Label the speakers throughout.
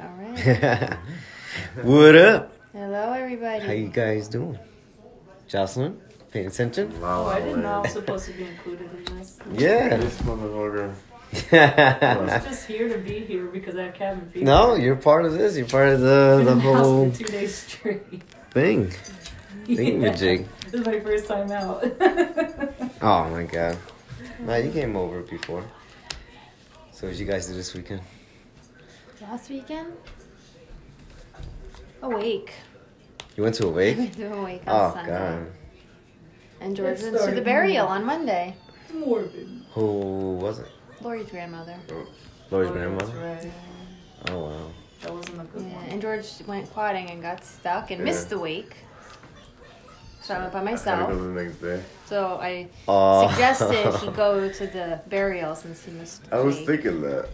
Speaker 1: All right.
Speaker 2: what up?
Speaker 1: Hello, everybody.
Speaker 2: How you guys doing? Jocelyn, paying attention?
Speaker 3: La
Speaker 4: Oh,
Speaker 3: La
Speaker 4: I didn't know I was
Speaker 3: Land.
Speaker 4: supposed to be included in this.
Speaker 2: Yeah.
Speaker 3: This motherfucker.
Speaker 4: I'm just here to be here because I have cabin fever.
Speaker 2: no, you're part of this. You're part of the,
Speaker 4: Been
Speaker 2: the
Speaker 4: in house
Speaker 2: whole
Speaker 4: for two days straight.
Speaker 2: thing.
Speaker 4: Yeah.
Speaker 2: Thingamajig.
Speaker 4: This is my first time out.
Speaker 2: Oh my god. Nah, you came over before. So what you guys do this weekend?
Speaker 1: Last weekend? Awake.
Speaker 2: You went to a
Speaker 1: I
Speaker 2: wake?
Speaker 1: went to Awake on
Speaker 2: Oh
Speaker 1: Sunday.
Speaker 2: god.
Speaker 1: And George
Speaker 4: It
Speaker 1: went to the
Speaker 4: started-
Speaker 1: burial on Monday.
Speaker 4: Morbid.
Speaker 2: Who was it?
Speaker 1: Lori's grandmother.
Speaker 2: Lori's
Speaker 4: Oh, that's
Speaker 2: grandmother?
Speaker 4: right.
Speaker 2: Oh wow.
Speaker 4: That wasn't a good
Speaker 1: Yeah,
Speaker 4: one.
Speaker 1: and George went quadding and got stuck and
Speaker 3: Yeah.
Speaker 1: missed the wake. So I went by
Speaker 3: I gotta
Speaker 1: myself.
Speaker 3: go the next day.
Speaker 1: So I
Speaker 3: Uh.
Speaker 2: Oh.
Speaker 1: suggested he go to the burial since he missed
Speaker 3: I was
Speaker 1: wake.
Speaker 3: thinking that.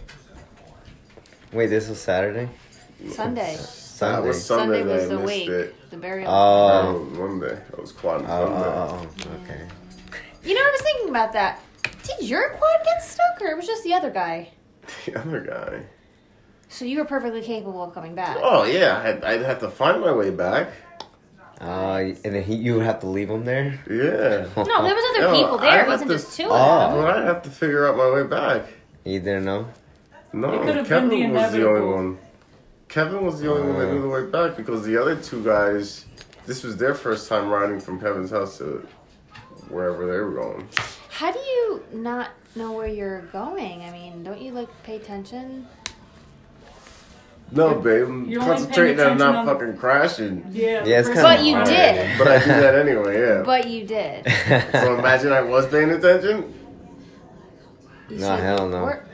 Speaker 2: Wait, this was Saturday?
Speaker 1: Sunday.
Speaker 3: That
Speaker 2: Sunday.
Speaker 3: was Sunday, that
Speaker 1: was
Speaker 3: I
Speaker 1: the
Speaker 3: missed
Speaker 1: wake.
Speaker 3: it.
Speaker 1: The burial.
Speaker 2: Oh.
Speaker 3: Oh, Monday. I was quadding
Speaker 2: Oh, oh,
Speaker 3: Sunday.
Speaker 2: oh, oh, okay.
Speaker 1: You know, I was thinking about that. Did your quad get stuck, or it was just the other guy?
Speaker 3: The other guy.
Speaker 1: So you were perfectly capable of coming back.
Speaker 3: Oh, yeah. I'd, I'd have to find my way back.
Speaker 2: Uh, and then he, you would have to leave him there?
Speaker 3: Yeah.
Speaker 1: No, there was other
Speaker 3: No,
Speaker 1: people there.
Speaker 3: I'd
Speaker 1: It wasn't
Speaker 3: have
Speaker 1: just
Speaker 3: to-
Speaker 1: two
Speaker 2: Oh.
Speaker 1: of them.
Speaker 3: Well, I'd have to figure out my way back.
Speaker 2: You didn't know?
Speaker 3: No,
Speaker 4: It could have
Speaker 3: Kevin
Speaker 4: been the
Speaker 3: was the only
Speaker 4: inevitable.
Speaker 3: one. Kevin was the only one that knew the way back because the other two guys, this was their first time riding from Kevin's house to wherever they were going.
Speaker 1: How do you not know where you're going? I mean, don't you like pay attention?
Speaker 3: No, babe, I'm
Speaker 4: You're only paying
Speaker 3: concentrating on not
Speaker 4: attention on-
Speaker 3: fucking crashing.
Speaker 4: Yeah.
Speaker 2: Yeah, it's
Speaker 4: first
Speaker 2: kind
Speaker 1: But
Speaker 2: of
Speaker 1: you
Speaker 2: hard.
Speaker 1: did.
Speaker 3: But I do that anyway, yeah.
Speaker 1: But you did.
Speaker 3: so imagine I was paying attention.
Speaker 1: You
Speaker 2: No,
Speaker 1: should-
Speaker 2: hell no.
Speaker 1: or-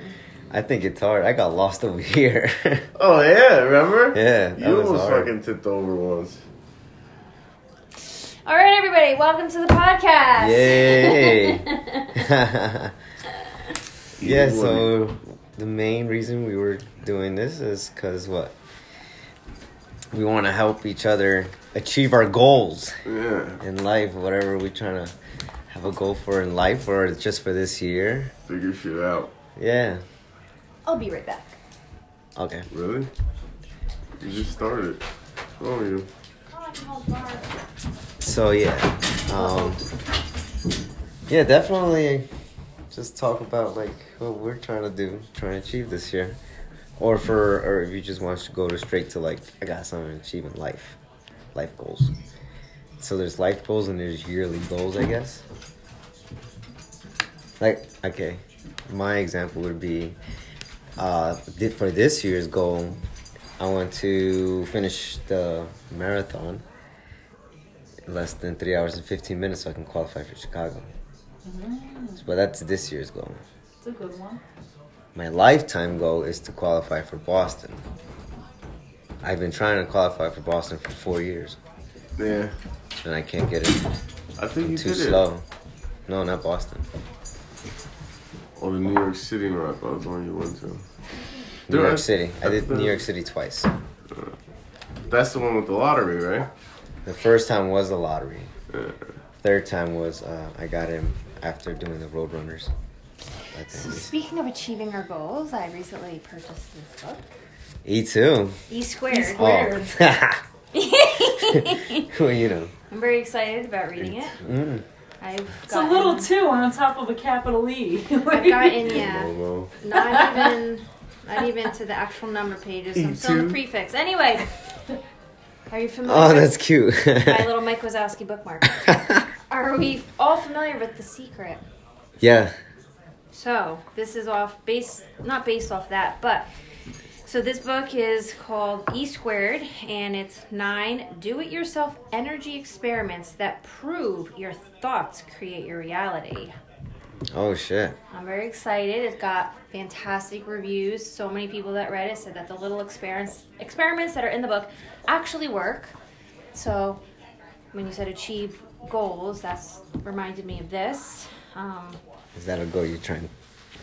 Speaker 2: I think it's hard. I got lost over here.
Speaker 3: Oh yeah, remember?
Speaker 2: Yeah, that
Speaker 3: you
Speaker 2: was
Speaker 3: almost
Speaker 2: hard.
Speaker 3: fucking tipped over once.
Speaker 1: All right, everybody, welcome to the podcast.
Speaker 2: Yay. yeah,
Speaker 3: You
Speaker 2: so the main reason we were doing this is because what? We want to help each other achieve our goals
Speaker 3: Yeah,
Speaker 2: in life, whatever we're trying to have a goal for in life or just for this year.
Speaker 3: figure shit out.
Speaker 2: Yeah,
Speaker 1: I'll be right back.
Speaker 2: okay.
Speaker 3: Really? You just started. Oh, you.
Speaker 2: So yeah, um, yeah, definitely. Just talk about like what we're trying to do, trying to achieve this year, or for, or if you just want to go to straight to like, I got something to achieve in life, life goals. So there's life goals and there's yearly goals, I guess. Like okay, my example would be, uh, thi- for this year's goal, I want to finish the marathon less than three hours and 15 minutes so I can qualify for Chicago. But that's this year's goal.
Speaker 4: It's a good one.
Speaker 2: My lifetime goal is to qualify for Boston. I've been trying to qualify for Boston for four years
Speaker 3: Yeah,
Speaker 2: and I can't get it.
Speaker 3: I think
Speaker 2: I'm
Speaker 3: you
Speaker 2: too
Speaker 3: did it.
Speaker 2: slow. No, not Boston.
Speaker 3: Or the New York City marathon. That was the one you went to.
Speaker 2: New
Speaker 3: Dude,
Speaker 2: York
Speaker 3: I-
Speaker 2: City. I did
Speaker 3: that's
Speaker 2: New
Speaker 3: the-
Speaker 2: York City twice.
Speaker 3: That's the one with the lottery, right?
Speaker 2: The first time was the lottery.
Speaker 3: Yeah.
Speaker 2: Third time was uh, I got him after doing the Roadrunners. I
Speaker 1: So
Speaker 2: think.
Speaker 1: speaking of achieving our goals, I recently purchased this book,
Speaker 2: E too.
Speaker 1: E Squared.
Speaker 2: Oh.
Speaker 4: Weird.
Speaker 2: E well, you know.
Speaker 1: I'm very excited about reading it.
Speaker 2: Mm.
Speaker 1: I've
Speaker 4: It's
Speaker 1: gotten,
Speaker 4: a little two on top of a capital E.
Speaker 1: I've gotten yeah.
Speaker 3: Momo.
Speaker 1: Not even, not even to the actual number pages. I'm still in the
Speaker 3: E2.
Speaker 1: prefix. Anyway, are you familiar?
Speaker 2: E Oh, that's cute.
Speaker 1: with my little Mike Wazowski bookmark. Are we all familiar with The Secret?
Speaker 2: yeah.
Speaker 1: So this is off base, not based off that, but so this book is called E Squared, and it's nine do-it-yourself energy experiments that prove your thoughts create your reality.
Speaker 2: Oh shit.
Speaker 1: I'm very excited. It got fantastic reviews. So many people that read it said that the little experiments experiments that are in the book actually work. So when you said achieve goals, that's reminded me of this. Um,
Speaker 2: Is that a goal you're trying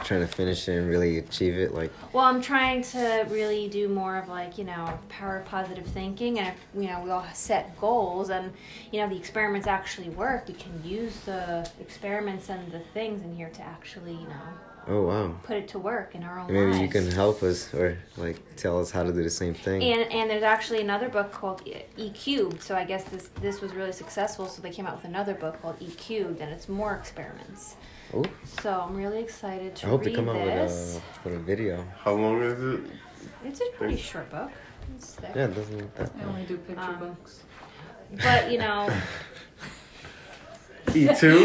Speaker 2: trying to finish it and really achieve it? Like
Speaker 1: well, I'm trying to really do more of like you know power of positive thinking, and if you know we all set goals, and you know the experiments actually work. You can use the experiments and the things in here to actually you know
Speaker 2: Oh wow.
Speaker 1: put it to work in our own
Speaker 2: Maybe
Speaker 1: lives.
Speaker 2: you can help us or like tell us how to do the same thing.
Speaker 1: And and there's actually another book called E- E Cubed. So I guess this this was really successful. So they came out with another book called E Cubed, and it's more experiments.
Speaker 2: Ooh,
Speaker 1: So I'm really excited to
Speaker 2: I hope
Speaker 1: read
Speaker 2: they come out with
Speaker 1: this.
Speaker 2: a with a video.
Speaker 3: How long is it?
Speaker 1: It's a pretty short book. It's thick.
Speaker 2: Yeah, it doesn't look that.
Speaker 4: I only do picture
Speaker 1: Um,
Speaker 4: books.
Speaker 1: But you know,
Speaker 3: E two.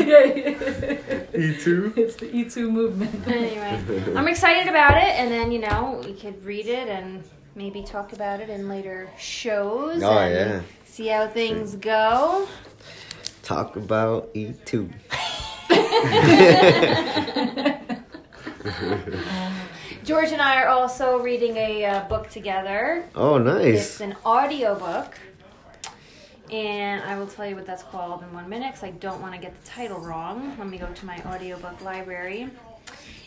Speaker 3: E two.
Speaker 4: it's the E2 movement.
Speaker 1: anyway, I'm excited about it, and then you know we could read it and maybe talk about it in later shows.
Speaker 2: Oh,
Speaker 1: and
Speaker 2: yeah.
Speaker 1: See how things go.
Speaker 2: Talk about E two.
Speaker 1: George and I are also reading a uh, book together.
Speaker 2: Oh,
Speaker 1: It's
Speaker 2: nice.
Speaker 1: an audio book. And I will tell you what that's called in one minute because I don't want to get the title wrong. Let me go to my audiobook library.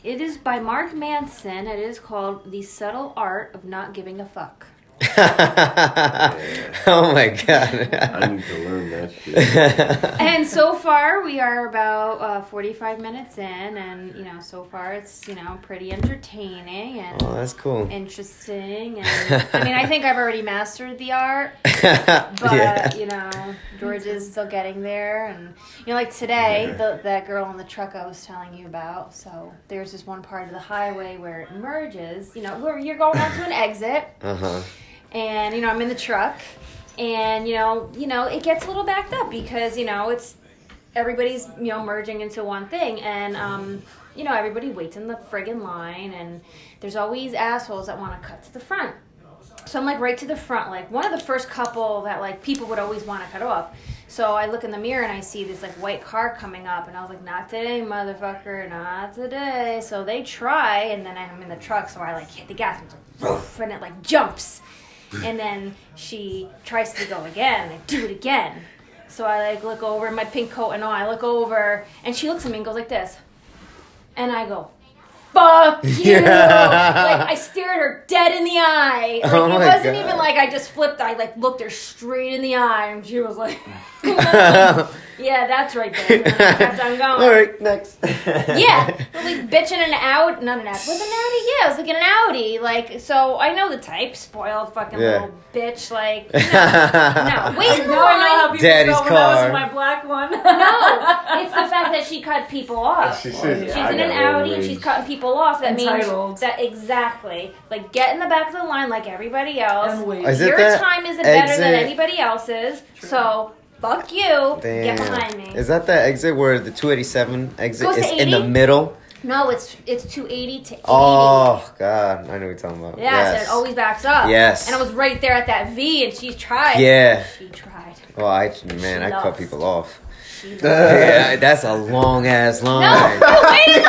Speaker 1: It is by Mark Manson. It is called The Subtle Art of Not Giving a Fuck.
Speaker 2: oh my god.
Speaker 3: I need to learn that shit.
Speaker 1: and so far, we are about uh, 45 minutes in, and you know, so far it's you know pretty entertaining and
Speaker 2: oh, that's cool.
Speaker 1: interesting. And I mean, I think I've already mastered the art. But
Speaker 2: yeah.
Speaker 1: you know, George is still getting there, and you know, like today, the, that girl on the truck I was telling you about. So there's this one part of the highway where it merges. You know, where you're going out to an exit,
Speaker 2: Uh huh.
Speaker 1: and you know, I'm in the truck, and you know, you know, it gets a little backed up because you know it's everybody's you know merging into one thing, and um, you know, everybody waits in the friggin' line, and there's always assholes that want to cut to the front. So I'm like right to the front, like one of the first couple that like people would always want to cut off. So I look in the mirror and I see this like white car coming up, and I was like, "Not today, motherfucker, not today." So they try, and then I'm in the truck, so I like hit the gas, and, it's like, "Woof," and it like jumps, and then she tries to go again, I do it again. So I like look over in my pink coat and all, I look over, and she looks at me and goes like this, and I go, "Fuck you!" like I stared her dead in the eye. Like
Speaker 2: Oh
Speaker 1: it
Speaker 2: my
Speaker 1: wasn't
Speaker 2: God.
Speaker 1: even like I just flipped. I like looked her straight in the eye, and she was like, um, "Yeah, that's right there." And I kept on going.
Speaker 2: All right, next.
Speaker 1: Yeah, but like bitching an out, not an out, was an Audi. Yeah, it was like an Audi. Like so, I know the type. Spoiled fucking
Speaker 2: Yeah.
Speaker 1: little bitch. Like no, no, wait in the
Speaker 4: Now I know how
Speaker 1: line.
Speaker 4: people
Speaker 2: Daddy's
Speaker 4: feel when I was
Speaker 2: car.
Speaker 4: in my black one.
Speaker 1: No, it's the fact that she cut people off.
Speaker 3: She says,
Speaker 1: She's
Speaker 3: I
Speaker 1: in
Speaker 3: got
Speaker 1: an Audi and
Speaker 3: overage.
Speaker 1: she's cutting people off. That means
Speaker 4: Entitled.
Speaker 1: that exactly. Like get in the back of the line like everybody else.
Speaker 4: And wait.
Speaker 2: Is it
Speaker 1: Your
Speaker 2: that
Speaker 1: time isn't better than
Speaker 2: exit-
Speaker 1: anybody else's. So fuck you. Get behind me.
Speaker 2: Damn. Is that the exit where the 287 exit
Speaker 1: Goes to
Speaker 2: is in the
Speaker 1: 80?
Speaker 2: middle?
Speaker 1: no, it's it's two eighty to eighty.
Speaker 2: Oh god, I know what you're talking about.
Speaker 1: Yeah, so it always backs up.
Speaker 2: Yes.
Speaker 1: And I was right there at that V, and she tried.
Speaker 2: Yeah.
Speaker 1: She tried.
Speaker 2: Well, I man, I cut
Speaker 1: lost.
Speaker 2: people off.
Speaker 1: She lost.
Speaker 2: yeah, that's a long ass line.
Speaker 1: No, you waited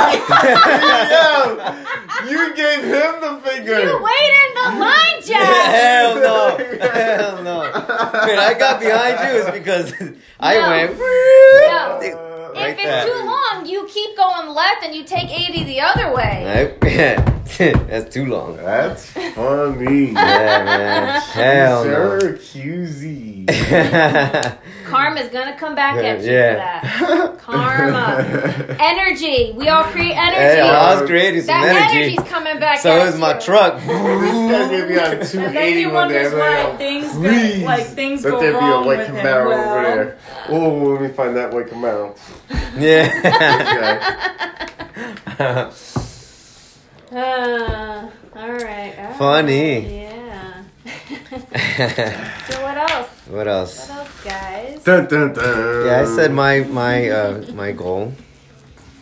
Speaker 1: the,
Speaker 3: Yo, you gave him the finger.
Speaker 1: you waited the line, Jack.
Speaker 2: Hell no! Hell no! Man, I got behind you is because I
Speaker 1: No.
Speaker 2: went.
Speaker 3: Uh,
Speaker 1: If
Speaker 2: Like
Speaker 1: it's
Speaker 2: that.
Speaker 1: too long, you keep going left and you take 80 the other way.
Speaker 2: Nope. that's too long.
Speaker 3: That's funny.
Speaker 2: Yeah, man. Hell no.
Speaker 3: Syracuse.
Speaker 1: Karma's gonna come back at you
Speaker 2: Yeah.
Speaker 1: for that. Karma. Energy. We all create energy.
Speaker 2: hey, I was creating some
Speaker 1: that
Speaker 2: energy.
Speaker 1: energy's coming back
Speaker 2: So
Speaker 1: at
Speaker 2: is my
Speaker 1: you.
Speaker 2: truck.
Speaker 3: this guy gave me like
Speaker 4: And then
Speaker 3: 280
Speaker 4: you
Speaker 3: one day. I was
Speaker 4: wonder
Speaker 3: like,
Speaker 4: why
Speaker 3: oh,
Speaker 4: things
Speaker 3: please,
Speaker 4: go, like things
Speaker 3: let
Speaker 4: go
Speaker 3: there be a
Speaker 4: wrong
Speaker 3: white
Speaker 4: with him.
Speaker 3: Camaro over
Speaker 4: Well,
Speaker 3: there. Oh, let me find that white Camaro.
Speaker 2: yeah.
Speaker 3: Okay.
Speaker 1: Uh, all right. all right.
Speaker 2: Funny.
Speaker 1: Yeah. so what else?
Speaker 2: what else?
Speaker 1: What else, guys?
Speaker 3: dun, dun, dun.
Speaker 2: Yeah, I said my my uh, my goal.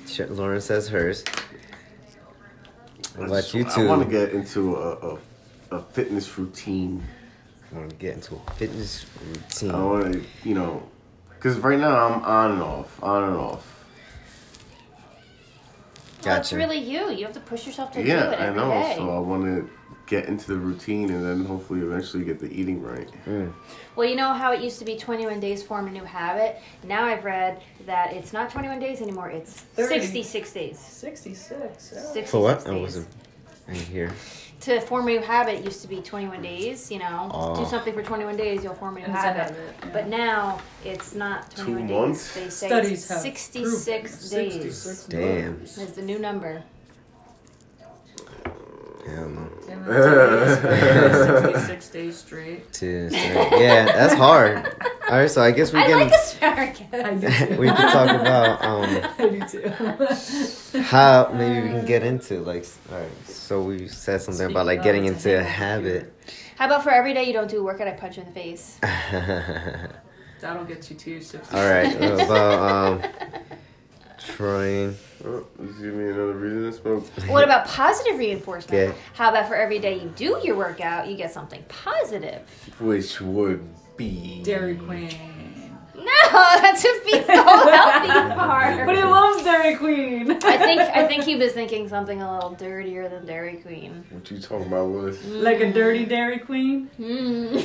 Speaker 2: Sh- Lauren says hers. What about you
Speaker 3: I
Speaker 2: two?
Speaker 3: want to get into a, a, a fitness routine.
Speaker 2: I want to get into a fitness routine.
Speaker 3: I want to, you know, because right now I'm on and off, on and off.
Speaker 1: Well, it's
Speaker 2: Gotcha.
Speaker 1: really you. You have to push yourself to do
Speaker 3: Yeah,
Speaker 1: it
Speaker 3: I
Speaker 1: every
Speaker 3: know.
Speaker 1: day.
Speaker 3: So I want to get into the routine and then hopefully eventually get the eating right.
Speaker 2: Mm.
Speaker 1: Well, you know how it used to be 21 days form a new habit? Now I've read that it's not 21 days anymore. It's
Speaker 4: 30.
Speaker 1: 66 days.
Speaker 4: 66. yeah.
Speaker 1: 66
Speaker 2: For what?
Speaker 1: Days.
Speaker 2: I wasn't I didn't hear.
Speaker 1: To form a new habit used to be 21 days, you know.
Speaker 2: Oh.
Speaker 1: Do something for 21 days, you'll form a new
Speaker 4: It's a
Speaker 1: habit.
Speaker 4: habit, yeah.
Speaker 1: But now it's not 21 days.
Speaker 3: months?
Speaker 1: They say
Speaker 4: Studies
Speaker 1: it's
Speaker 4: have
Speaker 1: 66
Speaker 4: proved
Speaker 1: days
Speaker 4: 66
Speaker 2: Damn.
Speaker 4: months.
Speaker 1: is the new number.
Speaker 2: Hell no.
Speaker 4: And then take it 66 days straight.
Speaker 2: Two, three. Yeah, that's hard. All right, so I guess we
Speaker 1: I
Speaker 2: can
Speaker 1: like asparagus.
Speaker 2: we can talk about um,
Speaker 4: I do too.
Speaker 2: how maybe we can get into like. All right, so we said something about like getting into a habit.
Speaker 1: How about for every day you don't do work and I punch you in the face?
Speaker 2: all
Speaker 4: That'll get you to your 66.
Speaker 2: right, what about um, trying.
Speaker 3: Oh, just give me another reason to smoke.
Speaker 1: What about positive reinforcement?
Speaker 2: Okay.
Speaker 1: How about for every day you do your workout, you get something positive?
Speaker 3: Which would be
Speaker 4: Dairy Queen.
Speaker 1: No, that just beats the
Speaker 4: Oh,
Speaker 1: whole healthy part.
Speaker 4: But he loves Dairy Queen.
Speaker 1: I think I think he was thinking something a little dirtier than Dairy Queen.
Speaker 3: What you talking about, Liz?
Speaker 4: like a dirty Dairy Queen.
Speaker 1: Hmm.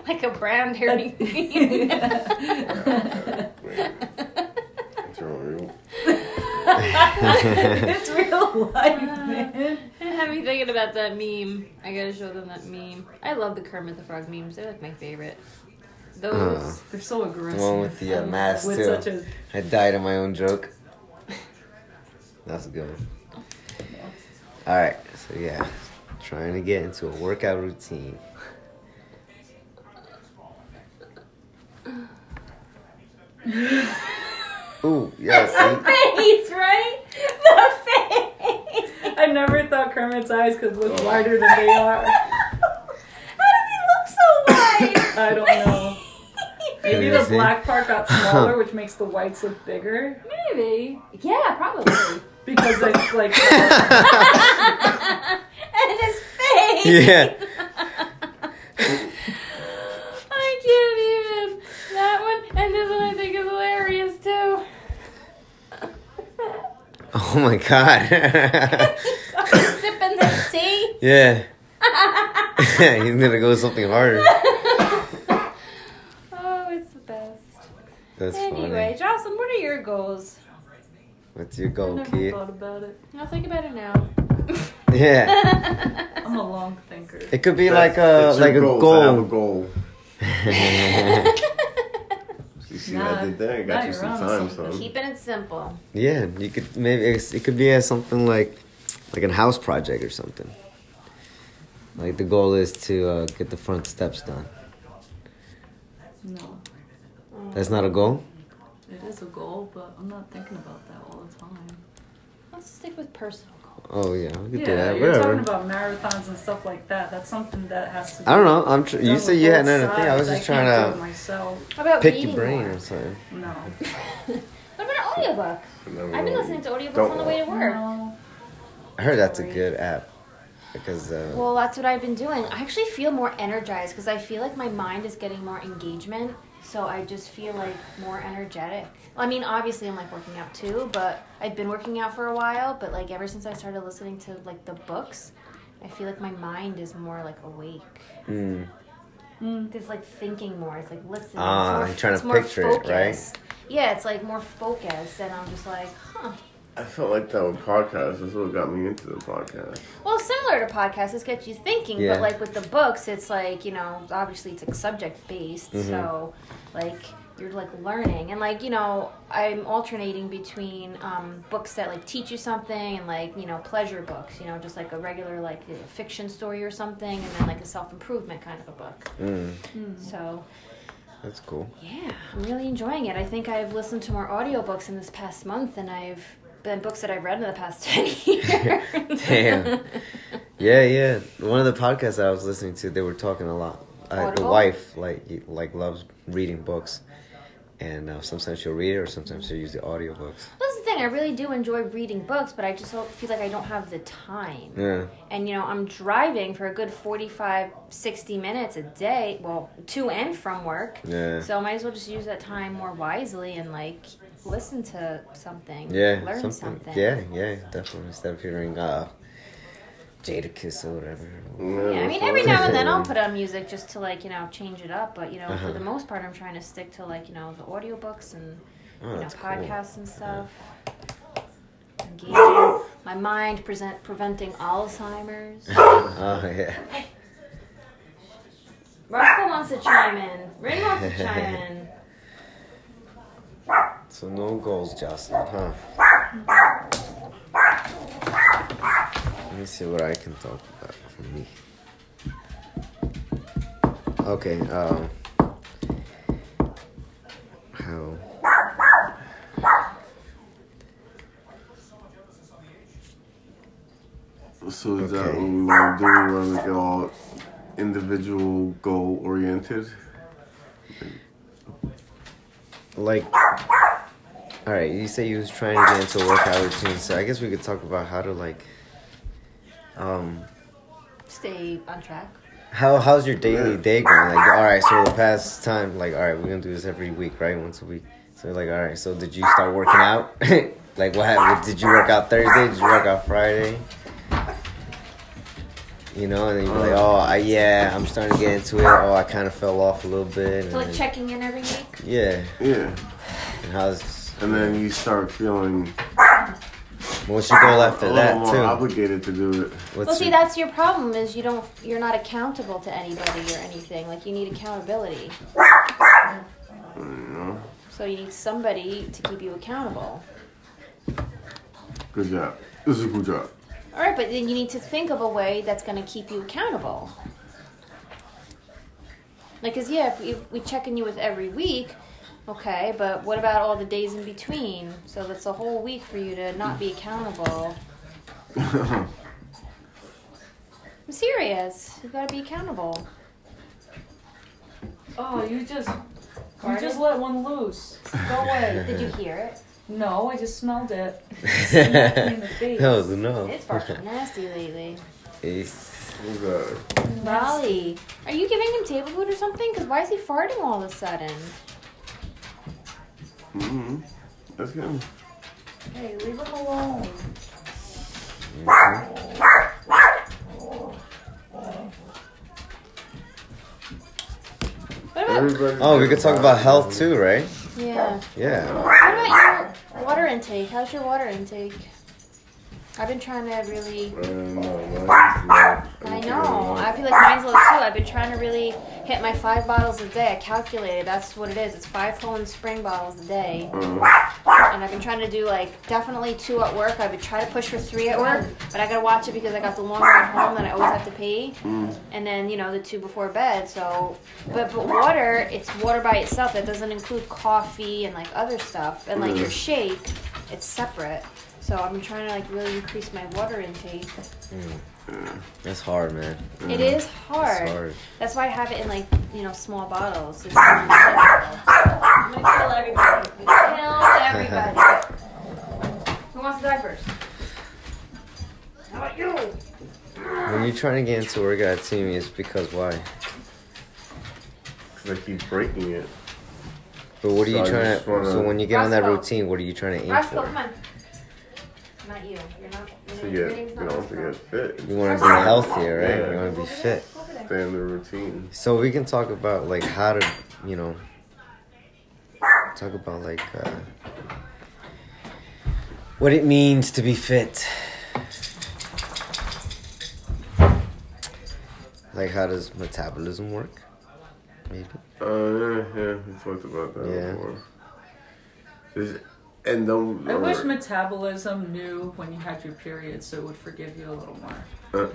Speaker 1: like a brown Dairy Queen.
Speaker 3: Wait, what's wrong with you?
Speaker 4: it's real life, man.
Speaker 1: I have me thinking about that meme. I gotta show them that meme. I love the Kermit the Frog memes. They're like my favorite. Those.
Speaker 4: They're so aggressive.
Speaker 2: The one with the, uh,
Speaker 4: and
Speaker 2: mask,
Speaker 4: with
Speaker 2: too.
Speaker 4: Such a,
Speaker 2: I died on my own joke. That's a good one. All right, so yeah, trying to get into a workout routine. Ooh,
Speaker 1: The
Speaker 2: yes.
Speaker 1: face, right? The face.
Speaker 4: I never thought Kermit's eyes could
Speaker 2: Oh.
Speaker 4: look wider than they are.
Speaker 1: How did he look so wide?
Speaker 4: I don't know. Maybe the
Speaker 2: Crazy.
Speaker 4: black part got smaller, which makes the whites look bigger.
Speaker 1: Maybe. Yeah, probably.
Speaker 4: Because it's like
Speaker 1: and his face.
Speaker 2: Yeah.
Speaker 1: I can't even. That one and this one I think is hilarious too.
Speaker 2: Oh my god.
Speaker 1: He's sipping the tea.
Speaker 2: yeah. He's gonna go with something harder.
Speaker 1: Oh, it's the best.
Speaker 2: That's
Speaker 1: anyway,
Speaker 2: funny.
Speaker 1: Jocelyn, what are your goals?
Speaker 2: What's your
Speaker 4: I
Speaker 2: goal,
Speaker 4: never
Speaker 2: kid?
Speaker 4: thought about it.
Speaker 1: I'll think about it now.
Speaker 2: Yeah.
Speaker 4: I'm a long thinker.
Speaker 2: It could be like a
Speaker 3: That's- that's
Speaker 2: like a
Speaker 3: your goal. to have a
Speaker 2: goal.
Speaker 3: goal. You see,
Speaker 4: Nah,
Speaker 3: I did that. I
Speaker 4: nah,
Speaker 3: got you
Speaker 4: you're
Speaker 3: some
Speaker 4: on
Speaker 3: time,
Speaker 4: something.
Speaker 3: son.
Speaker 1: Keeping it simple.
Speaker 2: Yeah, you could maybe it's, it could be as something like like an house project or something. Like the goal is to uh, get the front steps done.
Speaker 4: No,
Speaker 2: That's not a goal.
Speaker 4: it is a goal, but I'm not thinking about that all the time.
Speaker 1: Let's stick with personal goals.
Speaker 2: Oh yeah, we could do
Speaker 4: Yeah,
Speaker 2: that.
Speaker 4: you're
Speaker 2: Whatever.
Speaker 4: talking about marathons and stuff like that. That's something that has to. Be
Speaker 2: I don't know. I'm. Tr-
Speaker 4: done
Speaker 2: you said
Speaker 4: with
Speaker 2: you had
Speaker 4: both
Speaker 2: another thing. I was
Speaker 4: sides.
Speaker 2: just
Speaker 4: can't do
Speaker 2: trying
Speaker 4: it
Speaker 2: to
Speaker 4: myself.
Speaker 1: How about
Speaker 2: pick your
Speaker 1: reading
Speaker 2: brain
Speaker 1: more?
Speaker 2: or something.
Speaker 4: No.
Speaker 1: What about an audiobook? I've been listening to audiobooks
Speaker 3: Don't
Speaker 1: on the way to work.
Speaker 4: No.
Speaker 2: I heard that's a good app because uh,
Speaker 1: Well, that's what I've been doing. I actually feel more energized because I feel like my mind is getting more engagement. So I just feel like more energetic. I mean, obviously, I'm like working out too, but I've been working out for a while. But like ever since I started listening to like the books, I feel like my mind is more like awake.
Speaker 2: mm,
Speaker 1: It's like thinking more. It's like listening. it's
Speaker 2: Ah,
Speaker 1: more,
Speaker 2: you're trying to
Speaker 1: it's more
Speaker 2: picture it, right?
Speaker 1: focused. Yeah, it's like more focused, and I'm just like, huh.
Speaker 3: I felt like that with podcasts. That's what got me into the podcast.
Speaker 1: Well, similar to podcasts, it gets you thinking,
Speaker 2: Yeah.
Speaker 1: but like with the books, it's like, you know, obviously it's like subject based,
Speaker 2: Mm-hmm.
Speaker 1: so like you're like learning. And like, you know, I'm alternating between um, books that like teach you something and like, you know, pleasure books, you know, just like a regular like a fiction story or something, and then like a self improvement kind of a book.
Speaker 2: mm,
Speaker 1: So
Speaker 2: that's cool.
Speaker 1: yeah, I'm really enjoying it. I think I've listened to more audiobooks in this past month than I've than books that I've read in the past 10 years.
Speaker 2: Damn. Yeah, yeah. One of the podcasts I was listening to, they were talking a lot. Uh, the
Speaker 1: Audible?
Speaker 2: wife like y- like loves reading books, and uh, sometimes she'll read it, or sometimes she'll use the audiobooks.
Speaker 1: Well, That's the thing. I really do enjoy reading books, but I just don't feel like I don't have the time.
Speaker 2: Yeah,
Speaker 1: And you know, I'm driving for a good 45, 60 minutes a day, well, to and from work.
Speaker 2: yeah,
Speaker 1: So I might as well just use that time more wisely and like listen to something.
Speaker 2: yeah.
Speaker 1: Learn
Speaker 2: something.
Speaker 1: something.
Speaker 2: Yeah, yeah, definitely. Instead of hearing uh, Jada Kiss or whatever.
Speaker 1: Yeah, I mean, every now and then I'll put on music just to like, you know, change it up. But, you know,
Speaker 2: Uh-huh.
Speaker 1: for the most part, I'm trying to stick to like, you know, the audiobooks and
Speaker 2: Oh,
Speaker 1: you know,
Speaker 2: that's cool. Uh-huh.
Speaker 1: podcasts and stuff. Engaging my mind present preventing Alzheimer's.
Speaker 2: Oh yeah.
Speaker 1: Roscoe wants to chime in. Rin wants to chime in.
Speaker 2: So no goals, Jocelyn, huh? Let me see what I can talk about for me. Okay, um. How.
Speaker 3: So is that
Speaker 2: Okay.
Speaker 3: what we want to do? We want to get all individual goal oriented.
Speaker 2: Like. Alright, you say you was trying to get into a workout routine, so I guess we could talk about how to, like. Um.
Speaker 1: Stay on track.
Speaker 2: How how's your daily day going? Like, all right, so the past time, like, all right, we're gonna do this every week, right? Once a week. So like, all right, so did you start working out? like, what happened? Did you work out Thursday? Did you work out Friday? You know, and then you're like, oh, I, yeah, I'm starting to get into it. Oh, I kind of fell off a little bit. And
Speaker 1: So like
Speaker 2: then-
Speaker 1: checking in every week.
Speaker 2: Yeah,
Speaker 3: Yeah,
Speaker 2: and how's
Speaker 3: and then you start feeling
Speaker 2: once you go
Speaker 3: a
Speaker 2: after
Speaker 3: little more
Speaker 2: that too?
Speaker 3: obligated to do it.
Speaker 2: What's
Speaker 1: Well, see,
Speaker 2: your-
Speaker 1: that's your problem is you don't you're not accountable to anybody or anything. Like you need accountability.
Speaker 3: You know,
Speaker 1: So you need somebody to keep you accountable.
Speaker 3: good job. This is a good job.
Speaker 1: All right, but then you need to think of a way that's going to keep you accountable. Like, cause yeah, if we, if we check in you with every week, okay, but what about all the days in between? So that's a whole week for you to not be accountable. I'm serious. You've got to be accountable.
Speaker 4: Oh, you just you
Speaker 1: Pardon?
Speaker 4: just let one loose. Go away.
Speaker 1: Did you hear it?
Speaker 4: no, I just smelled it. in the face.
Speaker 2: oh no!
Speaker 1: It's fucking nasty lately.
Speaker 2: It's-
Speaker 3: Who's that?
Speaker 1: Raleigh, are you giving him table food or something? Cause why is he farting all of a sudden?
Speaker 3: Mm-hmm. That's good.
Speaker 4: Hey, leave him alone.
Speaker 1: What about
Speaker 3: Everybody.
Speaker 2: Oh, we could talk about health too, right?
Speaker 1: yeah?
Speaker 2: Yeah.
Speaker 1: What about your water intake? How's your water intake? I've been trying to really.
Speaker 3: Uh, no, mine's low.
Speaker 1: I
Speaker 3: need to
Speaker 1: know.
Speaker 3: go
Speaker 1: I feel like mine's low too. I've been trying to really hit my five bottles a day. I calculated that's what it is. It's five Poland Spring bottles a day,
Speaker 3: down. Uh,
Speaker 2: Mm-hmm.
Speaker 1: and I've been trying to do like definitely two at work. I've been trying to push for three at work, but I gotta watch it because I got the long ride home that I always have to pee,
Speaker 2: Mm.
Speaker 1: and then you know the two before bed. So, but but water, it's water by itself. That doesn't include coffee and like other stuff, and like your
Speaker 2: Mm.
Speaker 3: Mhm.
Speaker 1: shake, it's separate. So I've been trying to like really increase my water intake.
Speaker 2: That's hard, man.
Speaker 1: It is
Speaker 2: Mm. It's hard.
Speaker 1: That's why I have it in like you know small bottles. It's I'm gonna kill everybody. Kill everybody. Who wants to die first? How about you?
Speaker 2: When you're trying to get into a workout team, it's because why?
Speaker 3: 'cause I keep breaking it.
Speaker 2: But what are
Speaker 3: So
Speaker 2: you
Speaker 3: I
Speaker 2: trying to?
Speaker 3: just wanna-
Speaker 2: So when you get on that
Speaker 1: Roscoe.
Speaker 2: routine, what are you trying to aim
Speaker 1: Roscoe, come
Speaker 2: for?
Speaker 1: on. Not you. You're not. Your,
Speaker 3: To
Speaker 1: name- your
Speaker 3: get,
Speaker 1: name's
Speaker 3: you
Speaker 1: not
Speaker 3: know, to
Speaker 1: Roscoe.
Speaker 3: get fit.
Speaker 2: You want to be
Speaker 1: Roscoe.
Speaker 2: healthier, right?
Speaker 3: Yeah.
Speaker 2: You want to be fit.
Speaker 1: Go over there.
Speaker 3: Stay in the routine.
Speaker 2: So we can talk about like how to, you know, talk about like uh, what it means to be fit. Like how does metabolism work? Maybe.
Speaker 3: Uh, yeah, yeah, we talked about that
Speaker 2: Yeah.
Speaker 3: before. Is- and don't.
Speaker 4: I wish
Speaker 3: or-
Speaker 4: metabolism knew when you had your period so it would forgive you a little more.